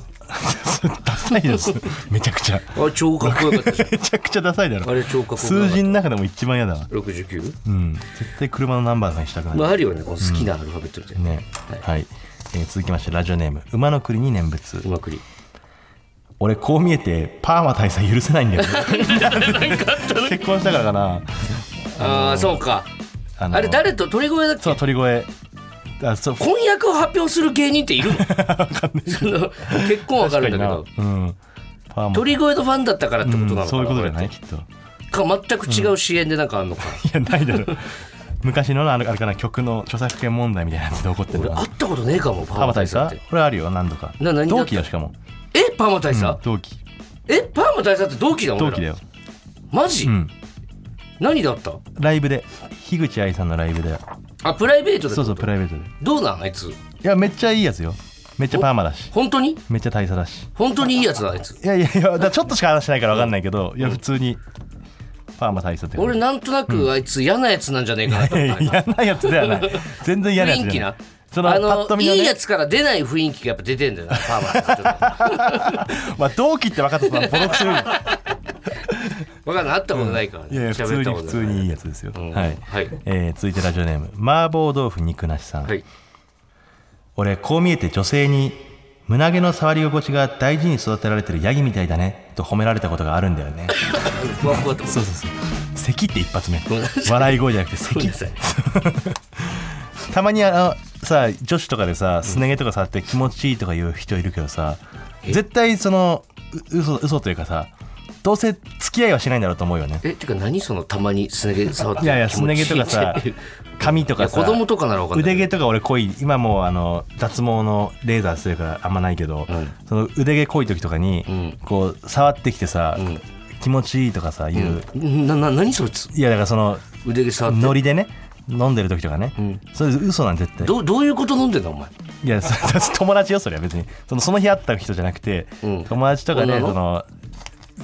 [SPEAKER 3] ダサいですめちゃくちゃ
[SPEAKER 2] あれ超かっこよ
[SPEAKER 3] (laughs)
[SPEAKER 2] かったじゃ
[SPEAKER 3] めちゃくちゃダサいだ
[SPEAKER 2] んあ
[SPEAKER 3] ろ
[SPEAKER 2] れ超かっこよかった
[SPEAKER 3] 数字の中でも一番嫌だわ
[SPEAKER 2] 69?
[SPEAKER 3] うん絶対車のナンバーとかにしたくない、
[SPEAKER 2] まああるよねこの好きなアルファベットみたいな、
[SPEAKER 3] ねはい、えー続きましてラジオネーム馬の国に念仏
[SPEAKER 2] うまくり
[SPEAKER 3] 俺こう見えてパーマ大佐許せないんだよ
[SPEAKER 2] (laughs)
[SPEAKER 3] ね結婚したからかな
[SPEAKER 2] ああそうか
[SPEAKER 3] あの
[SPEAKER 2] あれ誰と鳥越だっけ
[SPEAKER 3] そう鳥越あそう
[SPEAKER 2] 婚約を発表する芸人っているのその結婚わかるんだけど
[SPEAKER 3] 確かになうんパーマ
[SPEAKER 2] 鳥越のファンだったからってことなのかな、
[SPEAKER 3] うんそういうことじゃない
[SPEAKER 2] こ
[SPEAKER 3] きっとい (laughs)
[SPEAKER 2] れか全く違う支援でなんかあんのか、
[SPEAKER 3] やないだろ昔のあのあれかな曲の著作権問題みたいなやつで怒ってる
[SPEAKER 2] 俺
[SPEAKER 3] のか
[SPEAKER 2] 会
[SPEAKER 3] な
[SPEAKER 2] ったことねえかもパ
[SPEAKER 3] パー
[SPEAKER 2] ー
[SPEAKER 3] マ
[SPEAKER 2] マ
[SPEAKER 3] 大
[SPEAKER 2] 大佐っ
[SPEAKER 3] 佐
[SPEAKER 2] て
[SPEAKER 3] これあるよ何度か
[SPEAKER 2] な何だっ
[SPEAKER 3] 同
[SPEAKER 2] た
[SPEAKER 3] 期よしかも
[SPEAKER 2] えパーマ大佐、
[SPEAKER 3] 同期
[SPEAKER 2] えパーマ大佐って同期だもん
[SPEAKER 3] 同期だよ
[SPEAKER 2] マジ、
[SPEAKER 3] ん
[SPEAKER 2] 何だった
[SPEAKER 3] ライブで樋口愛さんのライブで
[SPEAKER 2] あプライベートで
[SPEAKER 3] そうそうプライベートでい
[SPEAKER 2] どうなんあいつ
[SPEAKER 3] やめっちゃいいやつよめっちゃパーマだし
[SPEAKER 2] 本当に
[SPEAKER 3] めっちゃ大佐だし
[SPEAKER 2] 本当にいいやつだあいつ
[SPEAKER 3] いやいやいやだからちょっとしか話してないから分かんないけどいや普通にパーマ大佐って
[SPEAKER 2] 俺なんとなくあいつ嫌なやつなんじゃねえかなと思っ
[SPEAKER 3] いや嫌なやつではない全然嫌な
[SPEAKER 2] た
[SPEAKER 3] や
[SPEAKER 2] 雰囲
[SPEAKER 3] つじ
[SPEAKER 2] 気
[SPEAKER 3] ゃない
[SPEAKER 2] な
[SPEAKER 3] その
[SPEAKER 2] あ
[SPEAKER 3] パッと
[SPEAKER 2] の
[SPEAKER 3] 見の
[SPEAKER 2] いいや
[SPEAKER 3] ね
[SPEAKER 2] つから出ない雰囲気がやっぱ出てんだよなパーマ大佐ちょ
[SPEAKER 3] (laughs)
[SPEAKER 2] っと
[SPEAKER 3] まあ同期って分かったらボロクするい
[SPEAKER 2] わかんない会ったことないからね
[SPEAKER 3] やいや普
[SPEAKER 2] (laughs) 喋
[SPEAKER 3] 通
[SPEAKER 2] った
[SPEAKER 3] に
[SPEAKER 2] こ
[SPEAKER 3] 普
[SPEAKER 2] と
[SPEAKER 3] 通
[SPEAKER 2] ない
[SPEAKER 3] にいいやつですよ
[SPEAKER 2] うん
[SPEAKER 3] はい
[SPEAKER 2] はい
[SPEAKER 3] えー続いてラジオネーム麻婆豆腐肉なしさん
[SPEAKER 2] はい
[SPEAKER 3] 俺こう見えて女性に胸毛の触り心地が大事に育てられてるヤギみたいだねと褒められたことがあるんだよね
[SPEAKER 2] ふわふわってこと
[SPEAKER 3] そうそうそう咳って一発目
[SPEAKER 2] んなさ
[SPEAKER 3] 笑い声じゃなくて
[SPEAKER 2] ごめん
[SPEAKER 3] 咳
[SPEAKER 2] なさい
[SPEAKER 3] たまにあのさ女子とかでさすね毛とか触って気持ちいいとか言う人いるけどさ絶対そのう嘘嘘というかさどうせ付き合いはしないんだろうと思うよね
[SPEAKER 2] えてか何そのたまにすね毛触って
[SPEAKER 3] いやいやすね毛とかさ
[SPEAKER 2] 気持ちいいって
[SPEAKER 3] 髪と
[SPEAKER 2] いや
[SPEAKER 3] かさ
[SPEAKER 2] 子供とかならわかんな
[SPEAKER 3] 腕
[SPEAKER 2] い
[SPEAKER 3] 毛とか俺濃い今もうあの脱毛のレーザーするからあんまないけど、
[SPEAKER 2] うん
[SPEAKER 3] その腕毛濃い時とかに、
[SPEAKER 2] うん
[SPEAKER 3] こう触ってきてさ、
[SPEAKER 2] ん
[SPEAKER 3] 気持ちいいとかさ言う、
[SPEAKER 2] うんなな何そいつ
[SPEAKER 3] いやだからその
[SPEAKER 2] 腕毛触って
[SPEAKER 3] ノリでね飲んでる時とかね、
[SPEAKER 2] ん
[SPEAKER 3] それ嘘なん絶対
[SPEAKER 2] どうどういうこと飲んでんだお前
[SPEAKER 3] いやそ (laughs) 友達よそれは別にそのその日会った人じゃなくて、
[SPEAKER 2] うん
[SPEAKER 3] 友達とかで、
[SPEAKER 2] 女の
[SPEAKER 3] その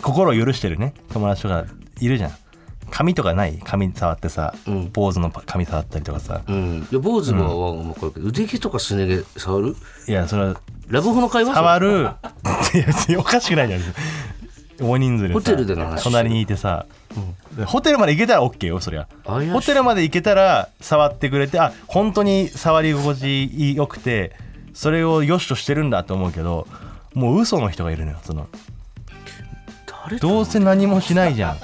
[SPEAKER 3] 心を許してるね友達とかいるじゃん髪とかない髪触ってさ、
[SPEAKER 2] うん
[SPEAKER 3] 坊主の髪触ったりとかさ、
[SPEAKER 2] うん。いや、坊主もは分かるけど、腕毛とかすね毛触る
[SPEAKER 3] いやそれは
[SPEAKER 2] ラブホの会話
[SPEAKER 3] 触るいや別におかしくないじゃん大人数でさ
[SPEAKER 2] ホテルでの話してる
[SPEAKER 3] 隣にいてさ、ホテルまで行けたら OK よそりゃ
[SPEAKER 2] 怪しい
[SPEAKER 3] ホテルまで行けたら触ってくれてあ本当に触り心地良くてそれを良しとしてるんだと思うけどもう嘘の人がいるのよその
[SPEAKER 2] 誰と
[SPEAKER 3] どうせ何もしないじゃん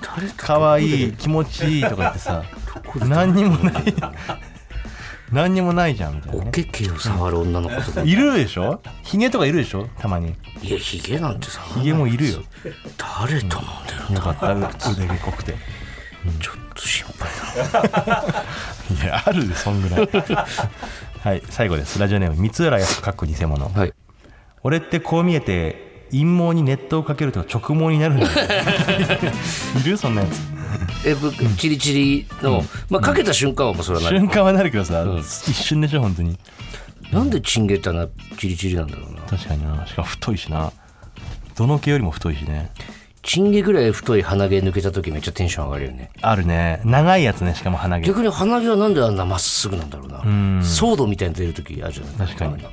[SPEAKER 2] 誰と
[SPEAKER 3] 可愛い気持ちいいとか言ってさ
[SPEAKER 2] こで
[SPEAKER 3] 何にもない何にもないじゃんみたいな、
[SPEAKER 2] お
[SPEAKER 3] ね、
[SPEAKER 2] けけを触る女の子とか
[SPEAKER 3] いるでしょヒゲとかいるでしょたまに
[SPEAKER 2] いやヒゲなんて触らない
[SPEAKER 3] ヒゲもいるよ
[SPEAKER 2] 誰と飲んでるん
[SPEAKER 3] よ
[SPEAKER 2] だ
[SPEAKER 3] かった腕毛濃くてい
[SPEAKER 2] ちょっと心配だ
[SPEAKER 3] やあるでそんぐらいはい最後ですラジオネーム三浦康子かっこ偽物、
[SPEAKER 2] なはい
[SPEAKER 3] 俺ってこう見えて陰謀に熱湯をかけると直毛になるん
[SPEAKER 2] (laughs)
[SPEAKER 3] だよいるそんなやつ
[SPEAKER 2] えぶチリチリの、まあかけた瞬間はもうそれはない
[SPEAKER 3] 瞬間はなるけどさ、
[SPEAKER 2] うん
[SPEAKER 3] 一瞬でしょ本当に
[SPEAKER 2] なんでチンゲタなチリチリなんだろうな
[SPEAKER 3] 確かになしかも太いしなどの毛よりも太いしね
[SPEAKER 2] チンゲぐらい太い鼻毛抜けた時めっちゃテンション上がるよね
[SPEAKER 3] あるね長いやつねしかも鼻毛
[SPEAKER 2] 逆に鼻毛はなんであんなまっすぐなんだろうなソードみたいに出る時あるじゃない
[SPEAKER 3] 確かに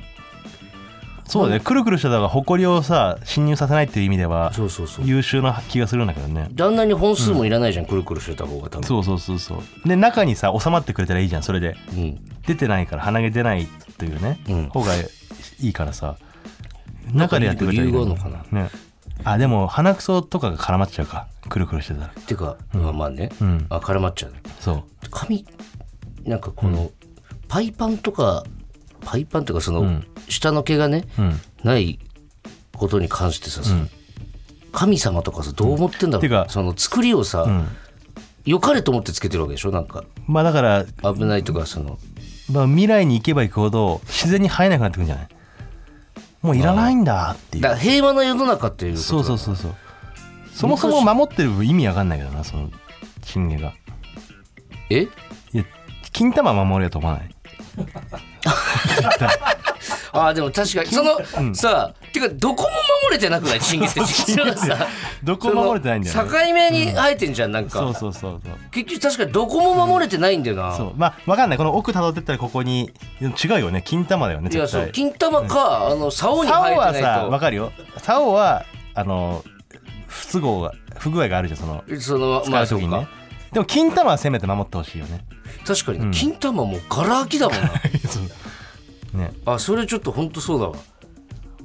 [SPEAKER 3] そうだねくるくるした方が埃をさ侵入させないっていう意味では
[SPEAKER 2] そうそうそう
[SPEAKER 3] 優秀な気がするんだけどね
[SPEAKER 2] 旦那に本数もいらないじゃん、くるくるしてた方が多分
[SPEAKER 3] そうそうそうそうで中にさ収まってくれたらいいじゃんそれで
[SPEAKER 2] うん
[SPEAKER 3] 出てないから鼻毛出ないというね、
[SPEAKER 2] うん
[SPEAKER 3] 方がいいからさ中でやってくれたらいい
[SPEAKER 2] 理由があるの
[SPEAKER 3] ね、あでも鼻くそとかが絡まっちゃうかくるくるしてたら
[SPEAKER 2] てか、まあまあね、
[SPEAKER 3] うん
[SPEAKER 2] あ絡まっちゃうね
[SPEAKER 3] そう
[SPEAKER 2] 髪なんかこの、パイパンとかパイパンとかその、
[SPEAKER 3] ん
[SPEAKER 2] 下の毛がね、
[SPEAKER 3] うん
[SPEAKER 2] ないことに関してさ、その神様とかさどう思ってんだろう、
[SPEAKER 3] てか
[SPEAKER 2] その作りをさ、
[SPEAKER 3] ん
[SPEAKER 2] 良かれと思ってつけてるわけでしょなんか
[SPEAKER 3] まあだから、
[SPEAKER 2] 危ないとかその
[SPEAKER 3] まあ、未来に行けば行くほど自然に生えなくなってくんじゃないもういらないんだっていう
[SPEAKER 2] だから平和な世の中っていうこと
[SPEAKER 3] そうそううそうそうそもそも守ってる意味わかんないけどなそのチンゲが
[SPEAKER 2] え
[SPEAKER 3] いや金玉守れよと思わない
[SPEAKER 2] ああでも確かにその、さあてかどこも守れてなくないチンゲって (laughs) 実はさ
[SPEAKER 3] どこも守れてないんだよ、
[SPEAKER 2] そ
[SPEAKER 3] ね、
[SPEAKER 2] の境目に生えてんじゃん、なんか
[SPEAKER 3] そうそうそうそう
[SPEAKER 2] 結局確かにどこも守れてないんだよな、
[SPEAKER 3] そうまあ分かんないこの奥たどってったらここにでも違うよね金玉だよね
[SPEAKER 2] いや
[SPEAKER 3] 絶
[SPEAKER 2] そう
[SPEAKER 3] 対
[SPEAKER 2] 金玉か、あの竿に
[SPEAKER 3] 竿
[SPEAKER 2] 生え
[SPEAKER 3] は
[SPEAKER 2] て
[SPEAKER 3] さ
[SPEAKER 2] な
[SPEAKER 3] 分
[SPEAKER 2] い
[SPEAKER 3] かるよ竿はあの不都合が不具合があるじゃんその
[SPEAKER 2] とそのま
[SPEAKER 3] 使
[SPEAKER 2] あ
[SPEAKER 3] う
[SPEAKER 2] そ
[SPEAKER 3] 時
[SPEAKER 2] う
[SPEAKER 3] に
[SPEAKER 2] か、
[SPEAKER 3] ね、でも金玉はせめて守ってほしいよ
[SPEAKER 2] (laughs)
[SPEAKER 3] ね
[SPEAKER 2] 確かにね、金玉もガラ空きだもんな
[SPEAKER 3] そうね
[SPEAKER 2] あそれちょっと本当そうだわ
[SPEAKER 3] だか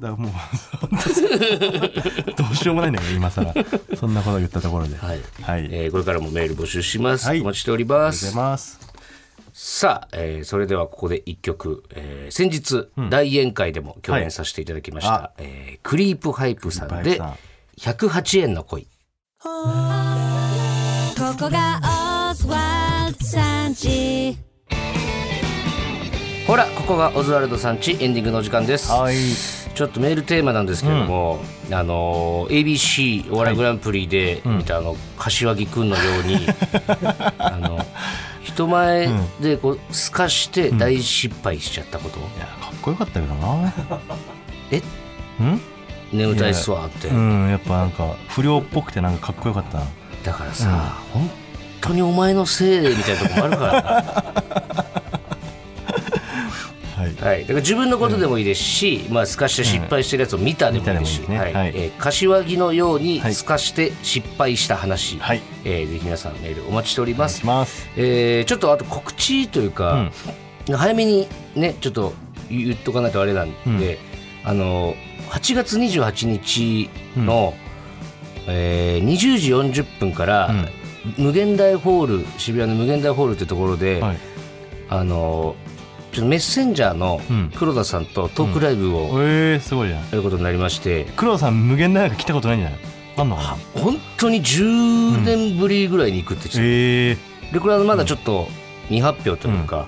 [SPEAKER 3] らもう (laughs) 本当にどうしようもないんだけど今更そんなこと言ったところでは
[SPEAKER 2] はい、
[SPEAKER 3] はい、ありがとう
[SPEAKER 2] えーこれからもメール募集します、
[SPEAKER 3] はい
[SPEAKER 2] お待ちしておりま
[SPEAKER 3] ご
[SPEAKER 2] す
[SPEAKER 3] ざいます
[SPEAKER 2] さあ、えーそれではここで一曲、えー先日、大宴会でも共演させていただきました、
[SPEAKER 3] は
[SPEAKER 2] えークリープハイプさん
[SPEAKER 3] クリー
[SPEAKER 2] で
[SPEAKER 3] プハイ
[SPEAKER 2] 108円の恋
[SPEAKER 4] ここがオズワルドさんち
[SPEAKER 2] ほらここがオズワルドさんちエンディングのお時間です
[SPEAKER 3] はい
[SPEAKER 2] ちょっとメールテーマなんですけれども、あの ABC お笑いグランプリで見た、あの柏木君のよ
[SPEAKER 3] (laughs)
[SPEAKER 2] うにあの人前でこうすかして大失敗しちゃったこと、
[SPEAKER 3] いやかっこよかったけどな
[SPEAKER 2] え
[SPEAKER 3] うん
[SPEAKER 2] 眠たいっすわって、
[SPEAKER 3] うんやっぱなんか不良っぽくてなんかかっこよかったな
[SPEAKER 2] だからさ、本当にお前のせいみたいなとこもある
[SPEAKER 3] (laughs)
[SPEAKER 2] から
[SPEAKER 3] はい
[SPEAKER 2] な、はい、だから自分のことでもいいですし、まあ、すかして失敗してるやつを見たでもいいですし、
[SPEAKER 3] 見たでもいいね
[SPEAKER 2] はい
[SPEAKER 3] はい
[SPEAKER 2] えー柏木のように
[SPEAKER 3] はい
[SPEAKER 2] すかして失敗した話、
[SPEAKER 3] はい
[SPEAKER 2] えーぜひ皆さんメールお待ちしており
[SPEAKER 3] お願
[SPEAKER 2] ま
[SPEAKER 3] い
[SPEAKER 2] す
[SPEAKER 3] し。ます
[SPEAKER 2] えーちょっとあと告知というか、早めにねちょっと言っとかないとあれなんで、あの8月28日の、えー20時40分から、無限大ホール渋谷の無限大ホールというところで、
[SPEAKER 3] はい
[SPEAKER 2] あのちょっとメッセンジャーの
[SPEAKER 3] うん
[SPEAKER 2] 黒田さんとトークライブを
[SPEAKER 3] えー、すごいじゃん
[SPEAKER 2] やることになりまして、
[SPEAKER 3] 黒田さん無限大なんか来たことないんじゃないあんのかな
[SPEAKER 2] 本当に10年ぶりぐらいに行くって言ってた
[SPEAKER 3] ええ
[SPEAKER 2] でこれはまだちょっと未発表というか、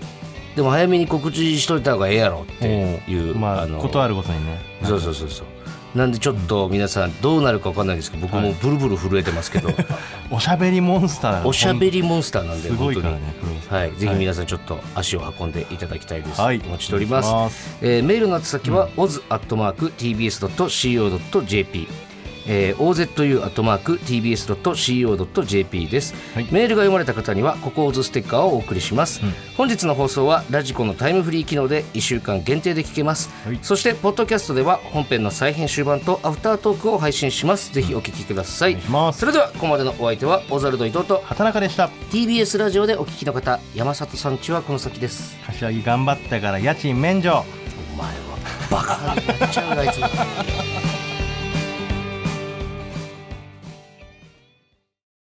[SPEAKER 2] でも早めに告知しといた方がええやろっていう、
[SPEAKER 3] まあことあるごとにね
[SPEAKER 2] そうそうそうそうなんでちょっと皆さんどうなるか分かんないですけど僕もブルブル震えて
[SPEAKER 3] (laughs)
[SPEAKER 2] ますけど、
[SPEAKER 3] おしゃべりモンスターだから
[SPEAKER 2] おしゃべりモンスターなんで
[SPEAKER 3] ほんすご
[SPEAKER 2] 本
[SPEAKER 3] い
[SPEAKER 2] 当
[SPEAKER 3] から
[SPEAKER 2] に。
[SPEAKER 3] ね黒田さん
[SPEAKER 2] はい、ぜひ皆さんちょっと足を運んでいただきたいです。
[SPEAKER 3] はい
[SPEAKER 2] お待ちしております。
[SPEAKER 3] お願いします
[SPEAKER 2] えーメールの宛先は oz@tbs.co.jp、えー、ozu.tbs.co.jp です、
[SPEAKER 3] はい
[SPEAKER 2] メールが読まれた方にはここオズステッカーをお送りします、本日の放送はラジコのタイムフリー機能で1週間限定で聞けます、
[SPEAKER 3] はい
[SPEAKER 2] そしてポッドキャストでは本編の再編集版とアフタートークを配信しますぜひお聞きください、
[SPEAKER 3] 願いします
[SPEAKER 2] それではここまでのお相手はオザルド伊藤と
[SPEAKER 3] 畑中でした
[SPEAKER 2] TBS ラジオでお聞きの方山里さんちはこの先です
[SPEAKER 3] 柏木頑張ったから家賃免除
[SPEAKER 2] バカになっちゃうなあいつ